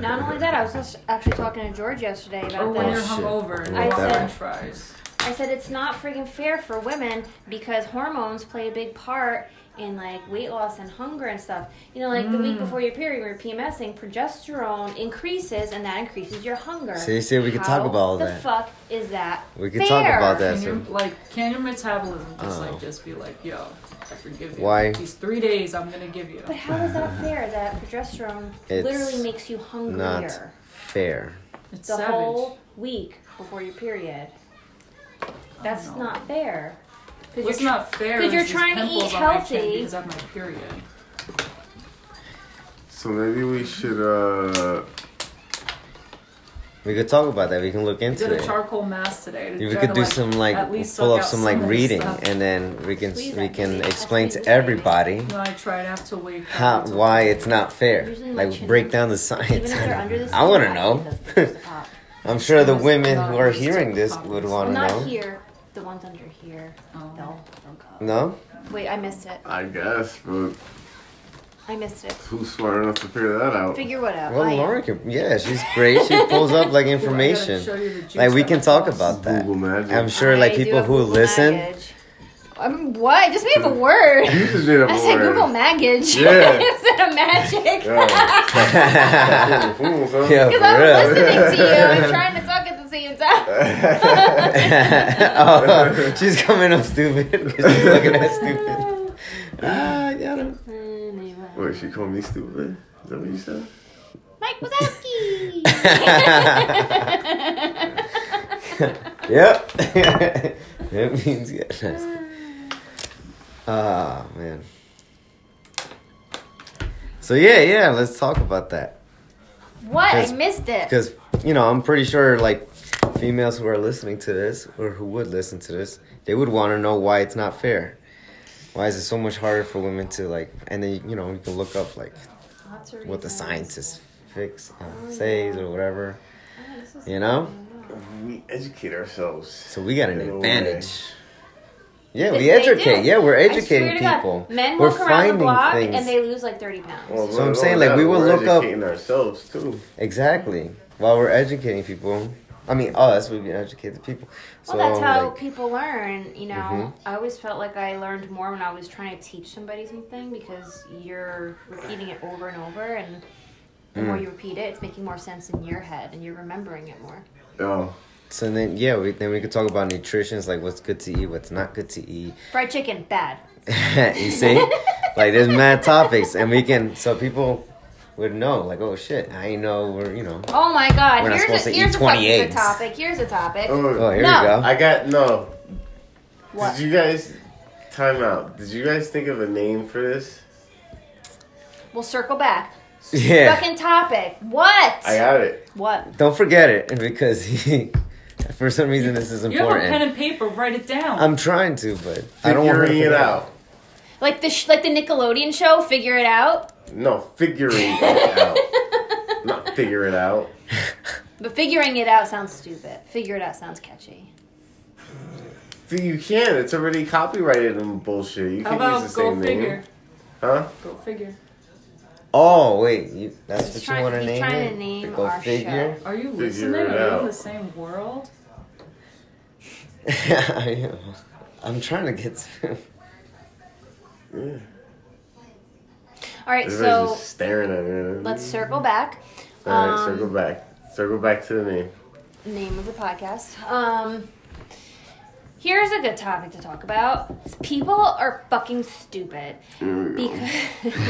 Speaker 1: Not only that, I was just actually talking to George yesterday
Speaker 4: Or
Speaker 1: about
Speaker 4: when
Speaker 1: that.
Speaker 4: you're
Speaker 2: Oh, shit.
Speaker 4: hungover and
Speaker 2: I
Speaker 4: you want
Speaker 2: said-
Speaker 4: french fries.
Speaker 1: I said it's not freaking fair for women because hormones play a big part in like weight loss and hunger and stuff. You know, like the
Speaker 2: Mm.
Speaker 1: week before your period, when you're PMSing, progesterone increases and that increases your hunger.
Speaker 2: See, see, we can talk
Speaker 1: How
Speaker 2: about all
Speaker 1: the
Speaker 2: that.
Speaker 1: fuck is that?
Speaker 2: We can talk
Speaker 1: fair?
Speaker 2: about that.
Speaker 4: Can your,
Speaker 2: so-
Speaker 4: like, can your metabolism just
Speaker 2: Oh.
Speaker 4: like just be like, yo, I forgive you.
Speaker 2: Why?
Speaker 4: These three days I'm gonna give you.
Speaker 1: But how is that fair that progesterone
Speaker 2: It's
Speaker 1: literally makes you hungrier
Speaker 2: not fair.
Speaker 4: It's
Speaker 1: the
Speaker 4: savage.
Speaker 1: whole week before your period? That's
Speaker 4: no.
Speaker 1: not fair. 'Cause
Speaker 4: What's
Speaker 1: you're tr-
Speaker 4: not fair?
Speaker 1: 'cause
Speaker 4: is
Speaker 1: you're
Speaker 4: these
Speaker 1: trying to
Speaker 4: pimples
Speaker 1: eat
Speaker 4: on my chin
Speaker 1: healthy.
Speaker 4: because of my period.
Speaker 3: so maybe we should, uh.
Speaker 2: We could talk about that. We can look
Speaker 4: I did
Speaker 2: into
Speaker 4: a
Speaker 2: it.
Speaker 4: charcoal mask today. to
Speaker 2: We
Speaker 4: try
Speaker 2: could
Speaker 4: to,
Speaker 2: do some like
Speaker 4: at least
Speaker 2: pull
Speaker 4: suck
Speaker 2: up
Speaker 4: out
Speaker 2: some like
Speaker 4: of the
Speaker 2: reading,
Speaker 4: stuff.
Speaker 2: and then we can
Speaker 1: Squeeze
Speaker 2: we
Speaker 1: that
Speaker 2: can
Speaker 1: baby.
Speaker 2: explain
Speaker 1: That's
Speaker 2: to
Speaker 1: what we
Speaker 2: everybody
Speaker 4: No, I tried. I have to wait. for
Speaker 2: how
Speaker 4: it to-
Speaker 2: why it's not fair.
Speaker 1: Usually my
Speaker 2: Like
Speaker 1: chin-
Speaker 2: break down the
Speaker 1: even
Speaker 2: science.
Speaker 1: if they're under the
Speaker 2: I want to
Speaker 1: skin,
Speaker 2: know.
Speaker 1: just pop.
Speaker 2: I'm sure the
Speaker 4: Because
Speaker 2: women
Speaker 4: not
Speaker 2: who are
Speaker 4: used to
Speaker 2: hearing this
Speaker 4: pop.
Speaker 2: would want to
Speaker 1: Not
Speaker 2: know.
Speaker 1: here. The ones under here.
Speaker 4: Oh.
Speaker 1: They'll, they'll go.
Speaker 2: No,
Speaker 1: Wait, I missed it.
Speaker 3: I guess, but.
Speaker 1: I I missed it.
Speaker 3: Who's smart enough to figure that out?
Speaker 1: Figure what out.
Speaker 2: Well,
Speaker 1: I am.
Speaker 2: Laura can. Yeah, she's great. She pulls up like information.
Speaker 4: show you the juice
Speaker 2: Like we
Speaker 4: that
Speaker 2: can
Speaker 4: it
Speaker 2: talk
Speaker 4: costs.
Speaker 2: about that.
Speaker 3: Google magic.
Speaker 2: I'm sure like
Speaker 1: I do
Speaker 2: people
Speaker 1: have
Speaker 2: who
Speaker 1: Google
Speaker 2: listen.
Speaker 1: Baggage. Um, what? I just made up a word.
Speaker 3: you just made up
Speaker 1: I
Speaker 3: a
Speaker 1: said
Speaker 3: word.
Speaker 1: Google Maggage
Speaker 3: Yeah.
Speaker 1: instead of magic.
Speaker 3: Yeah.
Speaker 2: yeah,
Speaker 3: Fucking fools, huh?
Speaker 2: for
Speaker 1: Because I'm
Speaker 2: real.
Speaker 1: listening to you and trying to talk at the same time.
Speaker 2: oh, she's coming up stupid 'cause she's looking at stupid. Ah, I got him.
Speaker 3: Wait, she called me stupid? Is that what you said?
Speaker 1: Mike Wazowski.
Speaker 2: Yep. that means yes. Ah man. So yeah, yeah. Let's talk about that
Speaker 1: what? I
Speaker 2: Because-
Speaker 1: missed it.
Speaker 2: because you know I'm pretty sure like females who are listening to this or who would listen to this, they would want to know why it's not fair. Why is it so much harder for women to like? And then you know you can look up like
Speaker 1: Lots of
Speaker 2: what the
Speaker 1: reasons.
Speaker 2: scientists fix uh, says or whatever.
Speaker 1: Oh, this is-
Speaker 2: You know,
Speaker 3: We educate ourselves.
Speaker 2: so we got an
Speaker 3: In a way.
Speaker 2: advantage. Yeah,
Speaker 1: They-
Speaker 2: we
Speaker 1: they
Speaker 2: educate.
Speaker 1: do.
Speaker 2: Yeah, we're
Speaker 1: I
Speaker 2: educating
Speaker 1: swear to God,
Speaker 2: people.
Speaker 1: Men
Speaker 2: we're
Speaker 1: walk around the block and they lose like 30 pounds.
Speaker 3: Well,
Speaker 2: So I'm
Speaker 3: not
Speaker 2: saying,
Speaker 3: only
Speaker 2: like,
Speaker 3: that,
Speaker 2: we will
Speaker 3: we're
Speaker 2: look up-
Speaker 3: educating ourselves too.
Speaker 2: Exactly. While we're educating people, I mean us, we can educate the people.
Speaker 1: Well, that's how
Speaker 2: like,
Speaker 1: people learn, you know.
Speaker 2: Mhm.
Speaker 1: I always felt like I learned more when I was trying to teach somebody something because you're repeating it over and over, and the more
Speaker 2: Mm.
Speaker 1: you repeat it, it's making more sense in your head, and you're remembering it more.
Speaker 3: Oh,
Speaker 2: so then yeah, we, then we could talk about nutrition, it's like what's good to eat, what's not good to eat.
Speaker 1: Fried chicken, bad.
Speaker 2: you see, like there's mad topics, and we can so people would know like oh shit, I know we're you know
Speaker 1: Oh my god!
Speaker 2: We're not
Speaker 1: here's
Speaker 2: supposed
Speaker 1: a,
Speaker 2: to eat
Speaker 1: here's a
Speaker 2: 20
Speaker 1: fucking good
Speaker 2: eggs.
Speaker 1: topic. Here's a topic.
Speaker 2: oh here
Speaker 1: No.
Speaker 2: we go.
Speaker 3: I got no.
Speaker 1: what?
Speaker 3: Did you guys time out? Did you guys think of a name for this?
Speaker 1: we'll circle back.
Speaker 2: yeah,
Speaker 1: Fucking topic. What?
Speaker 3: I got it.
Speaker 1: what?
Speaker 2: don't forget it because he, for some reason this is
Speaker 4: You have a
Speaker 2: important.
Speaker 4: pen and paper. Write it down.
Speaker 2: I'm trying to, but I don't want her to
Speaker 3: Figuring it
Speaker 2: forget.
Speaker 3: out.
Speaker 1: Like the sh- like the Nickelodeon show? Figure it out.
Speaker 3: No, figuring it out. Not figure it out.
Speaker 1: But figuring it out sounds stupid. Figure it out sounds catchy.
Speaker 3: See, you can. It's already copyrighted and bullshit. You
Speaker 4: How
Speaker 3: can
Speaker 4: about
Speaker 3: use the
Speaker 4: go
Speaker 3: same
Speaker 4: figure?
Speaker 3: name. Huh?
Speaker 4: Go figure.
Speaker 2: Oh wait, you, that's
Speaker 1: He's
Speaker 2: what
Speaker 1: trying-
Speaker 2: you want to
Speaker 1: he's
Speaker 2: name
Speaker 1: trying to
Speaker 2: it?
Speaker 1: name
Speaker 2: Go
Speaker 1: our
Speaker 2: figure.
Speaker 4: Are you
Speaker 3: Figure
Speaker 4: listening?
Speaker 3: it
Speaker 4: Are you
Speaker 3: out.
Speaker 4: in the same world?
Speaker 2: I am. I'm trying to get. To,
Speaker 3: Yeah.
Speaker 1: All right,
Speaker 3: Everybody's
Speaker 1: so
Speaker 3: just staring at it.
Speaker 1: let's circle back.
Speaker 3: All right,
Speaker 1: Um,
Speaker 3: circle back. Circle back to the name.
Speaker 1: Name of the podcast. Um, here's a good topic to talk about. People are fucking stupid.
Speaker 3: Here we go.
Speaker 1: Because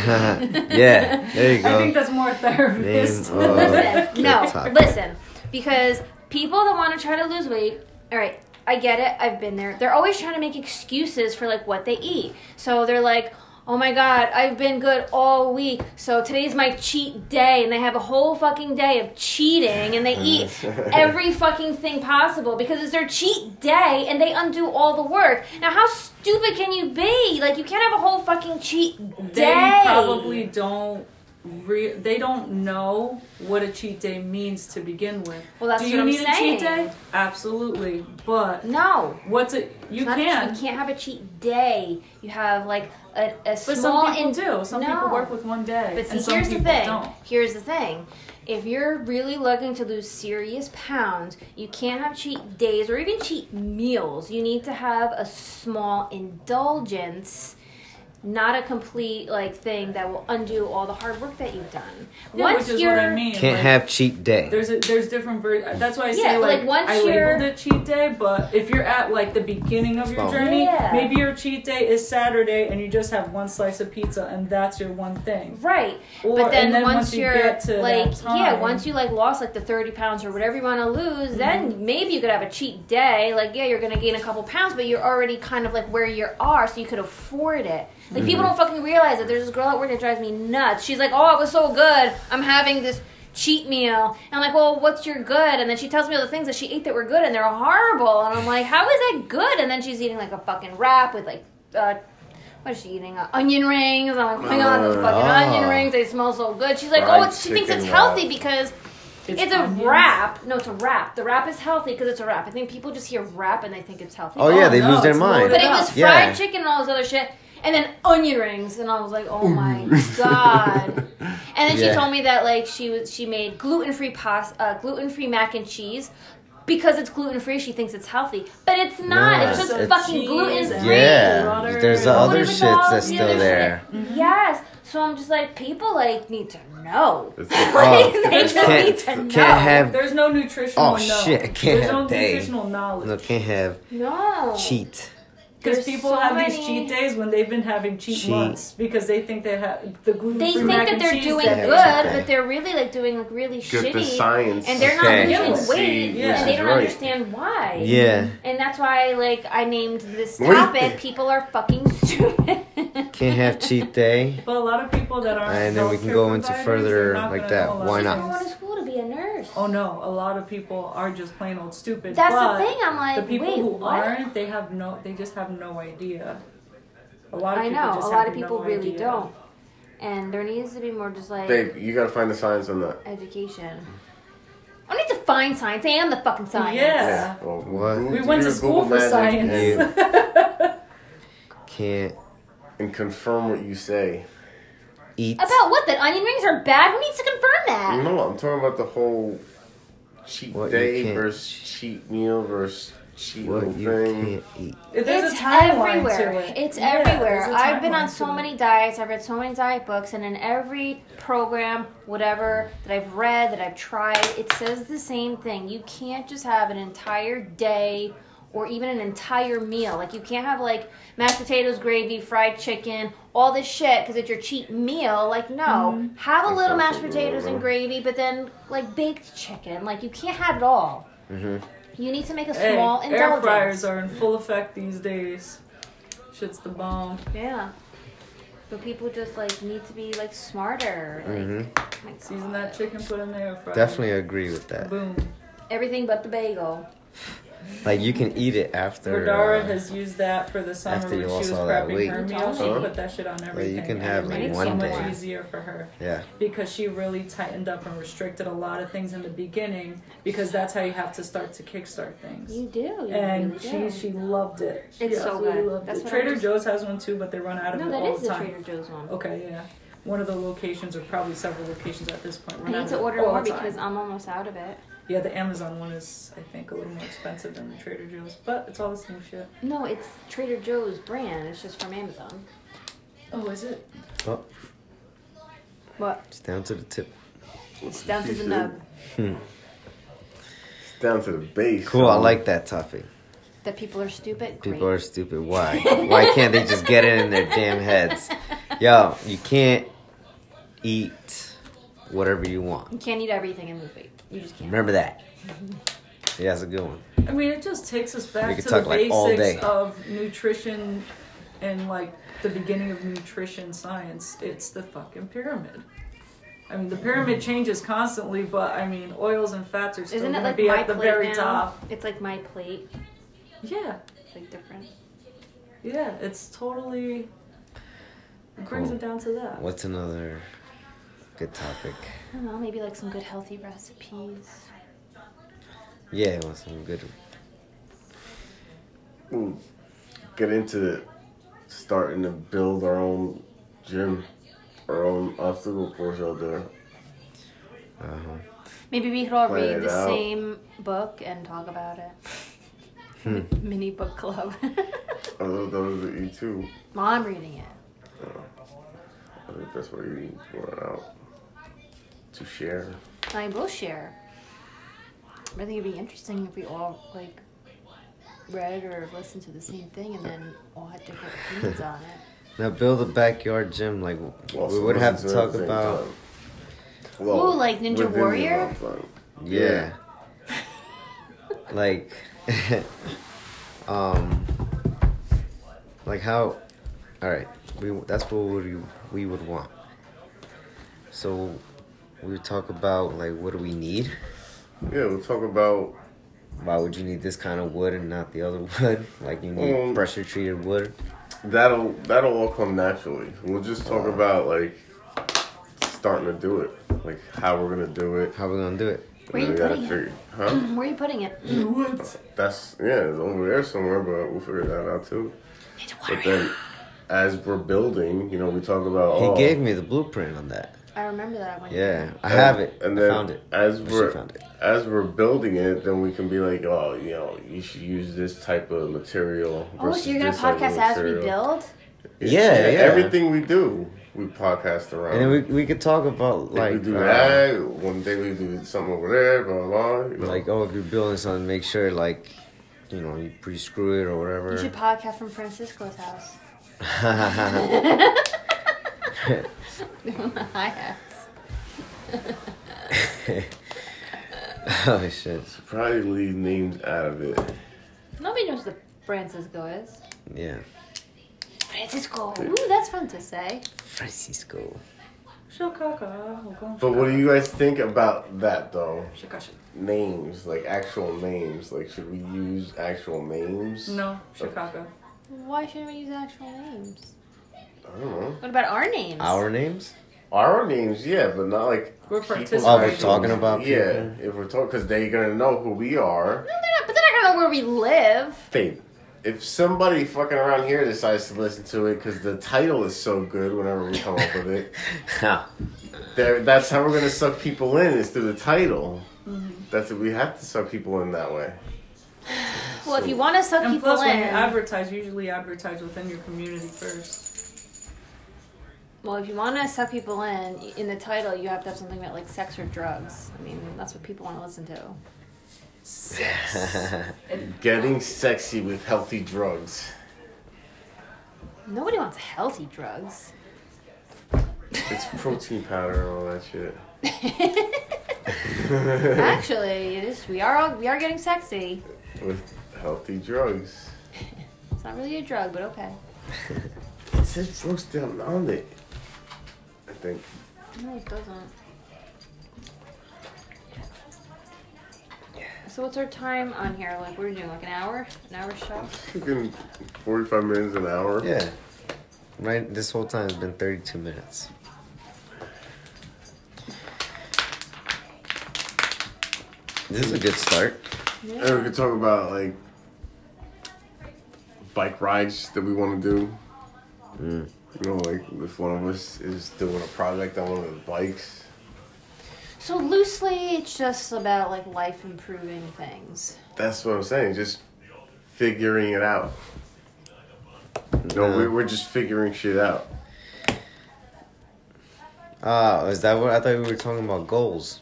Speaker 2: yeah, there you
Speaker 4: I think
Speaker 2: go.
Speaker 4: that's more therapist.
Speaker 2: Name of-
Speaker 1: listen, no,
Speaker 2: topic.
Speaker 1: listen, because people that want to try to lose weight. All right, I get it. I've been there. They're always trying to make excuses for like what they eat. So they're like. Oh my god, I've been good all week. So today's my cheat day, and they have a whole fucking day of cheating, and they eat every fucking thing possible because it's their cheat day, and they undo all the work. Now, how stupid can you be? Like, you can't have a whole fucking cheat day.
Speaker 4: they probably don't. Re- they don't know what a cheat day means to begin with.
Speaker 1: Well, that's
Speaker 4: Do you
Speaker 1: what I'm
Speaker 4: need a
Speaker 1: saying.
Speaker 4: cheat day? Absolutely, but
Speaker 1: no.
Speaker 4: what's it? You
Speaker 1: It's not a
Speaker 4: can.
Speaker 1: cheat- you can't have a cheat day. You have like a, a
Speaker 4: But
Speaker 1: small
Speaker 4: some people
Speaker 1: in-
Speaker 4: do. Some people
Speaker 1: No.
Speaker 4: work with one day,
Speaker 1: But see,
Speaker 4: and some
Speaker 1: here's the
Speaker 4: people
Speaker 1: thing.
Speaker 4: don't.
Speaker 1: Here's the thing. If you're really looking to lose serious pounds, you can't have cheat days or even cheat meals. You need to have a small indulgence, not a complete like thing that will undo all the hard work that you've done.
Speaker 4: Yeah, which is what I mean.
Speaker 2: Can't
Speaker 4: like,
Speaker 2: have cheat day.
Speaker 4: There's a, there's different versions. That's why I say
Speaker 1: Yeah,
Speaker 4: like,
Speaker 1: like, once
Speaker 4: I
Speaker 1: you're-
Speaker 4: labeled it cheat day, but if you're at like the beginning of your
Speaker 2: Oh.
Speaker 4: journey,
Speaker 1: Yeah.
Speaker 4: maybe your cheat day is Saturday and you just have one slice of pizza and that's your one thing.
Speaker 1: Right.
Speaker 4: Or-
Speaker 1: but then,
Speaker 4: and then
Speaker 1: once,
Speaker 4: once you
Speaker 1: you're
Speaker 4: get to that
Speaker 1: like yeah,
Speaker 4: time-
Speaker 1: once you like lost like the thirty pounds or whatever you want to lose,
Speaker 4: Mm-hmm.
Speaker 1: then maybe you could have a cheat day. Like yeah, you're gonna gain a couple pounds, but you're already kind of like where you are, so you could afford it. Like
Speaker 4: Mm-hmm.
Speaker 1: people don't fucking realize that there's this girl at work that drives me nuts. She's like, oh, it was so good. I'm having this cheat meal and i'm like well what's your good and then she tells me all the things that she ate that were good and they're horrible and i'm like how is that good and then she's eating like a fucking wrap with like uh what is she eating? Uh, onion rings.
Speaker 4: Uh,
Speaker 1: I'm like, oh my god, those fucking
Speaker 2: Oh.
Speaker 1: onion rings. They smell so good. She's like,
Speaker 3: Fried
Speaker 1: oh, it's, she thinks
Speaker 3: chicken
Speaker 1: it's
Speaker 3: wrap.
Speaker 1: healthy because It's, a
Speaker 4: onions.
Speaker 1: wrap. No, it's a wrap. The wrap is healthy because it's a wrap. I think people just hear wrap and they think it's healthy.
Speaker 2: Oh, yeah, they
Speaker 4: no,
Speaker 2: lose their
Speaker 4: it's
Speaker 2: mind.
Speaker 4: loaded
Speaker 1: But it
Speaker 4: up.
Speaker 1: was fried
Speaker 2: Yeah.
Speaker 1: chicken and all this other shit, and then onion rings, and I was like, oh my god. And then
Speaker 2: Yeah.
Speaker 1: she told me that like she was she made gluten free pasta, uh, gluten free mac and cheese. Because it's gluten free, she thinks it's healthy, but it's not.
Speaker 2: No,
Speaker 1: it's just
Speaker 2: it's-
Speaker 1: fucking
Speaker 4: Cheese
Speaker 1: gluten
Speaker 4: and
Speaker 1: free.
Speaker 2: Yeah,
Speaker 4: Butter.
Speaker 2: there's the
Speaker 4: What
Speaker 2: other
Speaker 1: is it called?
Speaker 2: shits that's
Speaker 1: Oh The
Speaker 2: still
Speaker 1: other
Speaker 2: there.
Speaker 1: Yes. So I'm just like, people like need to know.
Speaker 3: It's-
Speaker 1: Like,
Speaker 2: Oh,
Speaker 1: they just
Speaker 2: can't-
Speaker 1: need to know.
Speaker 2: can't have-
Speaker 4: There's no nutritional.
Speaker 2: Oh,
Speaker 4: knowledge.
Speaker 2: shit, I can't
Speaker 4: There's no
Speaker 2: have day.
Speaker 4: nutritional
Speaker 2: No,
Speaker 4: knowledge
Speaker 2: can't have
Speaker 1: no.
Speaker 2: cheat.
Speaker 4: because
Speaker 1: There's
Speaker 4: people
Speaker 1: so
Speaker 4: have
Speaker 1: many-
Speaker 4: these cheat days when they've been having cheat,
Speaker 2: Cheat.
Speaker 4: months because they think they have the gluten.
Speaker 1: They think that they're doing
Speaker 2: that
Speaker 1: good,
Speaker 2: they- Okay.
Speaker 1: but they're really like doing like really
Speaker 3: Get
Speaker 1: shitty.
Speaker 3: the science.
Speaker 1: and they're not
Speaker 2: Okay.
Speaker 1: losing
Speaker 3: See
Speaker 1: weight,
Speaker 3: which
Speaker 4: yeah.
Speaker 1: and they
Speaker 3: is
Speaker 1: don't
Speaker 3: right.
Speaker 1: understand why.
Speaker 2: Yeah,
Speaker 1: And that's why, like, I named this
Speaker 3: What do you
Speaker 1: topic
Speaker 3: think?
Speaker 1: "People Are Fucking Stupid."
Speaker 2: can't have cheat day.
Speaker 4: But a lot of people that aren't.
Speaker 2: And then we can go into further like that. Why
Speaker 1: I
Speaker 2: not?
Speaker 1: don't want to school to be a nurse.
Speaker 4: Oh no, a lot of people are just plain old stupid.
Speaker 1: that's
Speaker 4: but
Speaker 1: the thing. I'm like,
Speaker 4: the people
Speaker 1: wait,
Speaker 4: who
Speaker 1: what?
Speaker 4: aren't, they have no, they just have no idea. A lot of
Speaker 1: I
Speaker 4: people
Speaker 1: know
Speaker 4: just
Speaker 1: a
Speaker 4: have
Speaker 1: lot of
Speaker 4: no
Speaker 1: people really
Speaker 4: idea.
Speaker 1: don't, and there needs to be more just like
Speaker 3: Babe, you gotta find the science on that.
Speaker 1: education. I don't need to find science. I am the fucking science.
Speaker 4: Yeah.
Speaker 3: Well,
Speaker 2: What?
Speaker 3: Google-
Speaker 4: We went to
Speaker 3: Google
Speaker 4: school for
Speaker 3: Magic
Speaker 4: science.
Speaker 2: Yeah. Can't
Speaker 3: And confirm what you say.
Speaker 2: eat.
Speaker 1: About what? That onion rings are bad? Who needs to confirm that?
Speaker 3: No, I'm talking about the whole cheat
Speaker 2: What you
Speaker 3: day
Speaker 2: can't-
Speaker 3: versus cheat meal versus cheat
Speaker 2: What
Speaker 3: little
Speaker 2: you
Speaker 3: thing.
Speaker 2: can't eat.
Speaker 4: If There's
Speaker 1: It's
Speaker 4: a timeline
Speaker 1: everywhere.
Speaker 4: to it.
Speaker 1: It's
Speaker 4: Yeah,
Speaker 1: everywhere.
Speaker 4: there's a
Speaker 1: I've been on
Speaker 4: timeline
Speaker 1: so
Speaker 4: to it.
Speaker 1: many diets. I've read so many diet books, and in every program, whatever that I've read, that I've tried, it says the same thing. You can't just have an entire day or even an entire meal. Like you can't have like mashed potatoes, gravy, fried chicken, all this shit because it's your cheat meal. Like no,
Speaker 4: Mm-hmm.
Speaker 1: have a little mashed potatoes and gravy, but then like baked chicken. Like you can't have it all. You need to make a
Speaker 4: Hey,
Speaker 1: small
Speaker 4: air
Speaker 1: indulgence.
Speaker 4: fryers are in full effect these days. Shit's the bomb.
Speaker 1: Yeah. But people just like need to be like smarter. Like,
Speaker 2: Mm-hmm.
Speaker 1: oh my God.
Speaker 4: Season that chicken, put it in the air fryer.
Speaker 2: Definitely agree with that.
Speaker 4: Boom.
Speaker 1: Everything but the bagel.
Speaker 2: Like you can eat it after.
Speaker 4: Rodara
Speaker 2: Uh,
Speaker 4: has used that for the summer
Speaker 2: after
Speaker 4: when
Speaker 2: you
Speaker 4: she
Speaker 2: lost
Speaker 4: was
Speaker 2: all that
Speaker 4: prepping
Speaker 2: weight.
Speaker 4: her meal. She put that shit on everything.
Speaker 2: can
Speaker 4: and
Speaker 2: have,
Speaker 4: it
Speaker 1: like,
Speaker 4: made it
Speaker 1: one
Speaker 4: so
Speaker 1: day.
Speaker 4: much easier for her
Speaker 2: yeah.
Speaker 4: because she really tightened up and restricted a lot of things in the beginning because that's how you have to start to kickstart things.
Speaker 1: You do. You
Speaker 4: and
Speaker 1: really
Speaker 4: she
Speaker 1: do.
Speaker 4: she loved it. She
Speaker 1: It's so
Speaker 4: absolutely
Speaker 1: good.
Speaker 4: loved
Speaker 1: That's
Speaker 4: it.
Speaker 1: what I
Speaker 4: Trader
Speaker 1: just-
Speaker 4: Joe's has one too, but they run out of
Speaker 1: no,
Speaker 4: it
Speaker 1: that
Speaker 4: all
Speaker 1: is
Speaker 4: the
Speaker 1: the
Speaker 4: time.
Speaker 1: Trader Joe's one.
Speaker 4: Okay, yeah. One of the locations, or probably several locations at this point.
Speaker 1: I
Speaker 4: run out
Speaker 1: need to
Speaker 4: of it
Speaker 1: order
Speaker 4: all
Speaker 1: more
Speaker 4: the time.
Speaker 1: because um, I'm almost out of it.
Speaker 4: yeah, the Amazon one is I think a little more expensive than the Trader Joe's, but it's all the same shit.
Speaker 1: No, it's Trader Joe's brand. It's just from Amazon.
Speaker 4: Oh, is it?
Speaker 2: Oh,
Speaker 1: What?
Speaker 2: it's down to the tip.
Speaker 1: It's down to the nub.
Speaker 3: It's down to the base.
Speaker 2: Cool. I
Speaker 3: Um,
Speaker 2: like that topic.
Speaker 1: That people are stupid. Great.
Speaker 2: People are stupid. Why? Why can't they just get it in their damn heads? Yo, you can't eat whatever you want.
Speaker 1: you can't eat everything and lose weight. You just can't.
Speaker 2: Remember that. Yeah, that's a good one.
Speaker 4: I mean, it just takes us
Speaker 2: We
Speaker 4: back
Speaker 2: could
Speaker 4: to the
Speaker 2: talk, like, all day.
Speaker 4: basics of nutrition and like the beginning of nutrition science. It's the fucking pyramid. I mean, the pyramid
Speaker 2: Mm-hmm.
Speaker 4: changes constantly, but I mean, oils and fats are still
Speaker 1: Isn't it
Speaker 4: going
Speaker 1: like
Speaker 4: to be
Speaker 1: my
Speaker 4: at the
Speaker 1: plate
Speaker 4: very
Speaker 1: now?
Speaker 4: top.
Speaker 1: It's like my plate.
Speaker 4: Yeah,
Speaker 1: It's like different.
Speaker 4: yeah, it's totally it brings
Speaker 2: Cool.
Speaker 4: it down to that.
Speaker 2: What's another good topic?
Speaker 1: I don't know. Maybe like some good healthy recipes.
Speaker 2: Yeah, it was some good.
Speaker 3: we'll get into starting to build our own gym, our own obstacle course out there.
Speaker 2: Uh-huh.
Speaker 1: Maybe we could all
Speaker 3: Plan
Speaker 1: read
Speaker 3: it
Speaker 1: the
Speaker 3: out.
Speaker 1: same book and talk about it.
Speaker 3: Hmm.
Speaker 1: Mini book club.
Speaker 3: I thought that was the E two.
Speaker 1: Mom reading it.
Speaker 3: I think that's what you need for it out to share.
Speaker 1: I will share. I think it'd be interesting if we all like read or listened to the same thing and then all had different opinions on it.
Speaker 2: Now build a backyard gym. Like we would have to talk
Speaker 3: uh,
Speaker 2: about.
Speaker 3: Well,
Speaker 1: Ooh, like Ninja
Speaker 3: within the
Speaker 1: Warrior?
Speaker 3: amount of time.
Speaker 2: Yeah. like, um, like how? All right, we that's what we we would want. So, we would talk about like what do we need?
Speaker 3: Yeah, we'll talk about
Speaker 2: Why would you need this kind of wood and not the other wood? Like you need
Speaker 3: Um,
Speaker 2: pressure treated wood.
Speaker 3: that'll that'll all come naturally. We'll just talk
Speaker 2: Uh-huh.
Speaker 3: about like starting to do it, like how we're gonna do it,
Speaker 2: How we gonna do it?
Speaker 1: Where are you
Speaker 3: We gotta
Speaker 1: putting it?
Speaker 3: figure- Huh?
Speaker 1: Where are you putting it?
Speaker 4: What?
Speaker 3: That's yeah, it's over there somewhere, but we'll figure that out too.
Speaker 1: Need to water
Speaker 3: But
Speaker 1: it.
Speaker 3: then, as we're building, you know, we talk about
Speaker 2: He
Speaker 3: oh,
Speaker 2: gave me the blueprint on that.
Speaker 1: I remember that one.
Speaker 2: Yeah, I
Speaker 3: and-
Speaker 2: have it.
Speaker 3: And
Speaker 2: I
Speaker 3: then
Speaker 2: found it.
Speaker 3: as
Speaker 2: Or she
Speaker 3: we're
Speaker 2: found it.
Speaker 3: as we're building it, then we can be like, oh, you know, you should use this type of material.
Speaker 1: Oh,
Speaker 3: versus
Speaker 1: so you're gonna
Speaker 3: this type of
Speaker 1: podcast as we
Speaker 3: material.
Speaker 1: build?
Speaker 2: Yeah, yeah.
Speaker 3: Everything we do, we podcast around.
Speaker 2: And then we we could talk about
Speaker 3: Like,
Speaker 2: like
Speaker 3: we do
Speaker 2: uh,
Speaker 3: that. One day we do something over there, blah blah. blah you know.
Speaker 2: like oh if you're building something, make sure like you know you pre-screw it or
Speaker 1: You
Speaker 2: whatever.
Speaker 1: should podcast from Francisco's house. Doing the hi hats.
Speaker 2: oh shit!
Speaker 3: probably leave names out of it.
Speaker 1: Nobody knows who Francisco is.
Speaker 2: Yeah,
Speaker 1: Francisco. Ooh, that's fun to say.
Speaker 2: Francisco.
Speaker 4: Shikaka.
Speaker 3: But what do you guys think about that though?
Speaker 4: Shikasha.
Speaker 3: Names, like actual names, like should we use actual names?
Speaker 4: No,
Speaker 2: Oh.
Speaker 4: Chicago.
Speaker 1: Why shouldn't we use actual names?
Speaker 3: I don't know.
Speaker 1: What about our names?
Speaker 2: Our names?
Speaker 3: Our names, yeah, but not like
Speaker 4: We're
Speaker 3: people's
Speaker 4: participating. Oh,
Speaker 2: we're talking
Speaker 3: names.
Speaker 2: about
Speaker 3: Yeah, if we're talking, because they're gonna know who we are.
Speaker 1: No, they're not, but they're not gonna know where we live.
Speaker 3: They, if somebody fucking around here decides to listen to it, because the title is so good, whenever we come up with it,
Speaker 2: Ha.
Speaker 3: they're- that's how we're gonna suck people in is through the title.
Speaker 4: Mm-hmm.
Speaker 3: That's it. We have to suck people in that way.
Speaker 1: Well, if you want to suck
Speaker 4: And
Speaker 1: people
Speaker 4: plus, when you
Speaker 1: in,
Speaker 4: advertise, you usually advertise within your community first.
Speaker 1: well, if you want to suck people in, in the title, you have to have something about like sex or drugs. I mean, that's what people want to listen to.
Speaker 3: Getting sexy with healthy drugs.
Speaker 1: Nobody wants healthy drugs.
Speaker 3: It's protein powder and all that shit.
Speaker 1: Actually, it is. We are all, we are getting sexy.
Speaker 3: With healthy drugs.
Speaker 1: It's not really a drug, but okay.
Speaker 3: It says drugs down on it. I think.
Speaker 1: No, it doesn't. So what's our time on here? Like we're doing like an hour, an hour shot.
Speaker 3: Freaking 45 minutes an hour.
Speaker 2: yeah. Right. This whole time has been 32 minutes. This is a good start.
Speaker 3: And we could talk about like bike rides that we want to do. You know, like if one of us is doing a project on one of the bikes.
Speaker 1: So loosely, it's just about like life improving things.
Speaker 3: That's what I'm saying. Just figuring it out. No,
Speaker 2: No.
Speaker 3: we, we're just figuring shit out.
Speaker 2: Ah, is that what I thought we were talking about goals?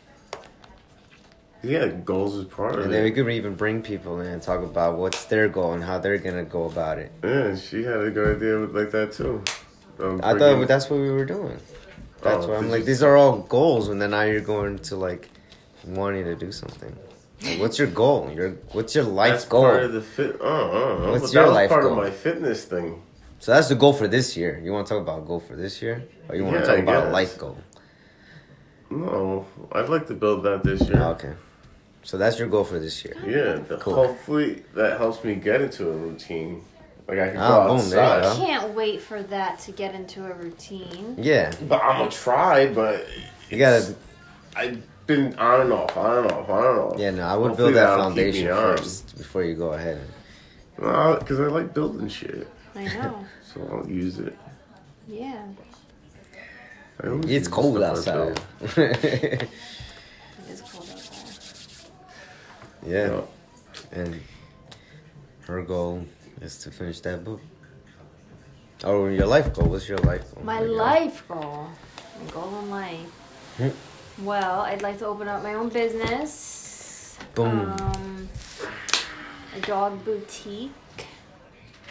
Speaker 3: Yeah, goals is part of
Speaker 2: And
Speaker 3: it.
Speaker 2: then we could even bring people in and talk about what's their goal and how they're gonna go about it.
Speaker 3: Yeah, she had a good idea with, like that too. Um,
Speaker 2: I
Speaker 3: bringing-
Speaker 2: thought that's what we were doing. That's
Speaker 3: Oh,
Speaker 2: why I'm
Speaker 3: did
Speaker 2: like,
Speaker 3: you-
Speaker 2: these are all goals, and then now you're going to like wanting to do something. Like, what's your goal? Your what's your life
Speaker 3: that's
Speaker 2: goal?
Speaker 3: part of the fit. Oh, oh, oh.
Speaker 2: What's
Speaker 3: but
Speaker 2: your
Speaker 3: that was
Speaker 2: life
Speaker 3: part of
Speaker 2: goal?
Speaker 3: my fitness thing.
Speaker 2: so that's the goal for this year. You want to talk about goal for this year, or you want
Speaker 3: Yeah,
Speaker 2: to talk
Speaker 3: I
Speaker 2: about
Speaker 3: guess.
Speaker 2: life goal?
Speaker 3: No, I'd like to build that this year.
Speaker 2: Oh, okay, so that's your goal for this year.
Speaker 3: Yeah, the,
Speaker 2: Cool.
Speaker 3: hopefully that helps me get into a routine. Like I can go
Speaker 2: Ah, boom, there you
Speaker 3: outside.
Speaker 2: go.
Speaker 1: Can't wait for that to get into a routine.
Speaker 2: Yeah,
Speaker 3: But I'm gonna try. But
Speaker 2: you gotta.
Speaker 3: I've been on and off, on and off, on and off.
Speaker 2: Yeah, no, I would
Speaker 3: Hopefully
Speaker 2: build that
Speaker 3: that'll keep me
Speaker 2: foundation
Speaker 3: on.
Speaker 2: first before you go ahead.
Speaker 3: because I like building shit,
Speaker 1: I know.
Speaker 3: so I'll use it.
Speaker 1: Yeah.
Speaker 3: I always use
Speaker 2: It's cold
Speaker 3: stuff I
Speaker 2: outside.
Speaker 3: build.
Speaker 1: It is cold outside.
Speaker 2: yeah,
Speaker 3: Yeah.
Speaker 2: and her goal is to finish that book. Oh, your life goal. What's your life goal?
Speaker 1: My
Speaker 2: Like, uh,
Speaker 1: life goal, my goal in life. well, I'd like to open up my own business.
Speaker 2: Boom.
Speaker 1: Um, a dog boutique.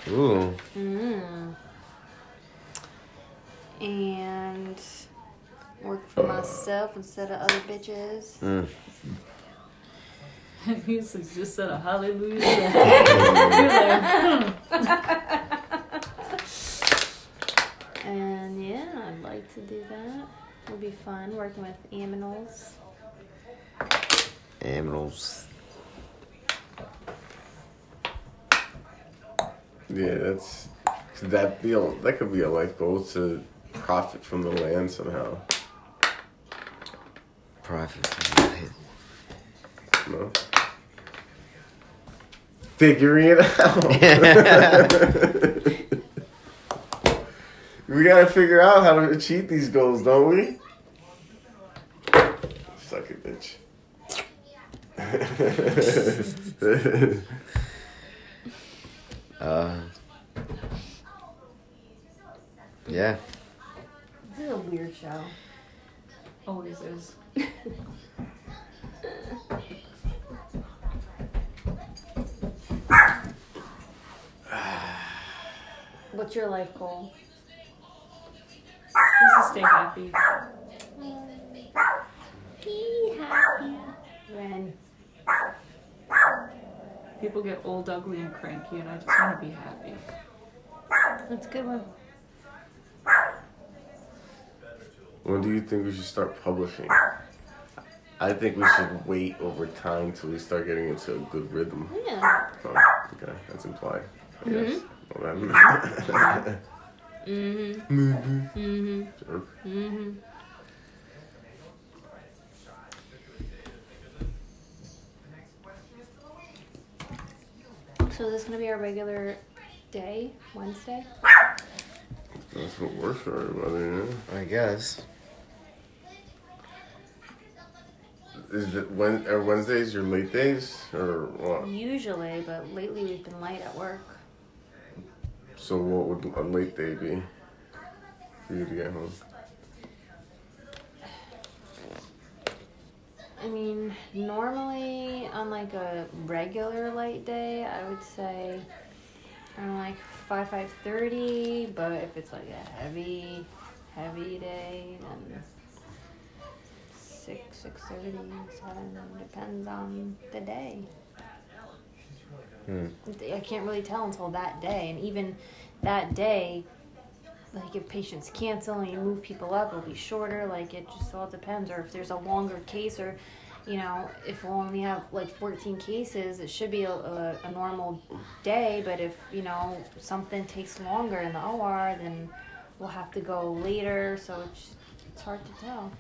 Speaker 2: Ooh.
Speaker 1: Mm. And work for myself instead of other bitches.
Speaker 2: Mm.
Speaker 4: He's just said a hallelujah. You're like, hmm.
Speaker 1: And yeah, I'd like to do that. It would be fun working with aminals.
Speaker 2: Aminals.
Speaker 3: Yeah, that's that be a, that could be a life goal to profit from the land somehow.
Speaker 2: Profit.
Speaker 3: so. Figuring it out. we gotta figure out how to achieve these goals, don't we? Suck it, bitch.
Speaker 2: Uh, yeah.
Speaker 1: This is a weird show.
Speaker 4: Always is.
Speaker 1: What's your life goal?
Speaker 4: Just to stay happy.
Speaker 1: Be happy. Ren.
Speaker 4: People get old, ugly, and cranky, and I just want to be happy.
Speaker 1: That's a good one.
Speaker 3: when do you think we should start publishing? I think we should wait over time till we start getting into a good rhythm.
Speaker 1: Yeah.
Speaker 3: Oh, okay, that's implied. I guess. Well, then.
Speaker 1: Mm-hmm.
Speaker 3: Jerk.
Speaker 1: Mm-hmm. So is this gonna be our regular day, Wednesday?
Speaker 3: That's what works for everybody. Yeah?
Speaker 2: I guess.
Speaker 3: Is it when are Wednesdays your late days or what?
Speaker 1: Usually, but lately we've been light at work.
Speaker 3: So what would a late day be for you to get home?
Speaker 1: I mean, normally on like a regular light day, I would say around like five five thirty. But if it's like a heavy, heavy day, then six six thirty seven depends on the day.
Speaker 2: Hmm.
Speaker 1: I can't really tell until that day, and even that day, like if patients cancel and you move people up, it'll be shorter. Like it just all depends, or if there's a longer case, or you know, if we only have like 14 cases, it should be a, a, a normal day. But if you know something takes longer in the OR, then we'll have to go later. So it's it's hard to tell.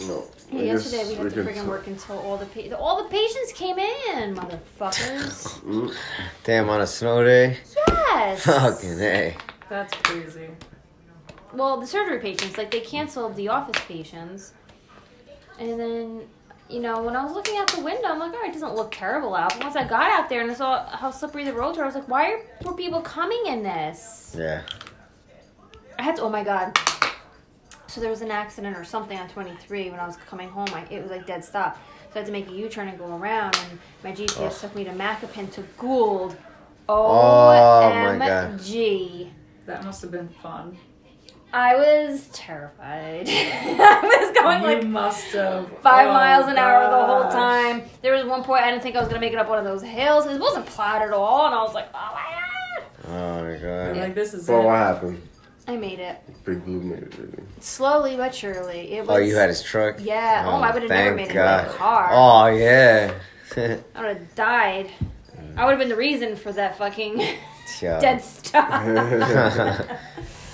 Speaker 3: No.
Speaker 1: Yeah,
Speaker 3: I guess
Speaker 1: yesterday we had to
Speaker 3: can
Speaker 1: friggin'
Speaker 3: t-
Speaker 1: work until all the pa- all the patients came in, motherfuckers.
Speaker 3: Mm,
Speaker 2: Damn, on a snow day?
Speaker 1: yes.
Speaker 2: Fucking hey.
Speaker 4: That's crazy.
Speaker 1: well the surgery patients like they canceled the office patients and then you know when i was looking out the window i'm like all right it doesn't look terrible out but once i got out there and i saw how slippery the roads were i was like why are, were people coming in this
Speaker 2: Yeah.
Speaker 1: I had to. Oh my god. So there was an accident or something on 23 when I was coming home. I, it was like dead stop. So I had to make a U-turn and go around. And my GPS took me to Macapin to Gould.
Speaker 2: Oh my God.
Speaker 1: OMG.
Speaker 4: That must have been fun.
Speaker 1: I was terrified. I was going
Speaker 4: you
Speaker 1: like
Speaker 4: must have
Speaker 1: five
Speaker 4: Oh,
Speaker 1: miles an hour the whole
Speaker 4: gosh.
Speaker 1: time. There was one point I didn't think I was gonna make it up one of those hills. It wasn't plowed at all, and I was like, oh my god.
Speaker 2: Oh my god.
Speaker 4: I'm like, this is
Speaker 3: But
Speaker 4: it.
Speaker 3: what happened?
Speaker 1: I made it
Speaker 3: Big Blue made it really.
Speaker 1: slowly but surely. It was.
Speaker 2: Oh, you had his truck?
Speaker 1: Yeah. Oh, I would have never
Speaker 2: thank
Speaker 1: made it in
Speaker 2: God.
Speaker 1: a car.
Speaker 2: Oh, yeah.
Speaker 1: I would have died. I would have been the reason for that fucking
Speaker 2: Yo.
Speaker 1: dead stop.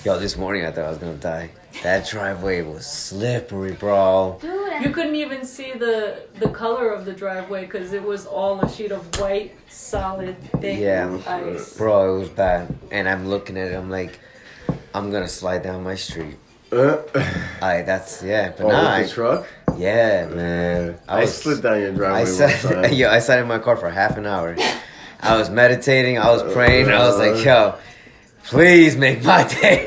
Speaker 2: Yo, this morning I thought I was gonna die. That driveway was slippery, bro.
Speaker 1: Dude,
Speaker 4: You
Speaker 1: and
Speaker 4: couldn't even see the the color of the driveway because it was all a sheet of white, solid, thick
Speaker 2: Yeah.
Speaker 4: ice.
Speaker 2: Bro, it was bad. And I'm looking at it, I'm like, I'm gonna slide down my street.
Speaker 3: Uh,
Speaker 2: I that's yeah, but
Speaker 3: oh,
Speaker 2: nah,
Speaker 3: with the truck?
Speaker 2: I- yeah, man.
Speaker 3: I, slid down your driveway.
Speaker 2: I
Speaker 3: one
Speaker 2: sat,
Speaker 3: time.
Speaker 2: yo, I sat in my car for half an hour. I was meditating. I was praying. I was like, yo, please make my day.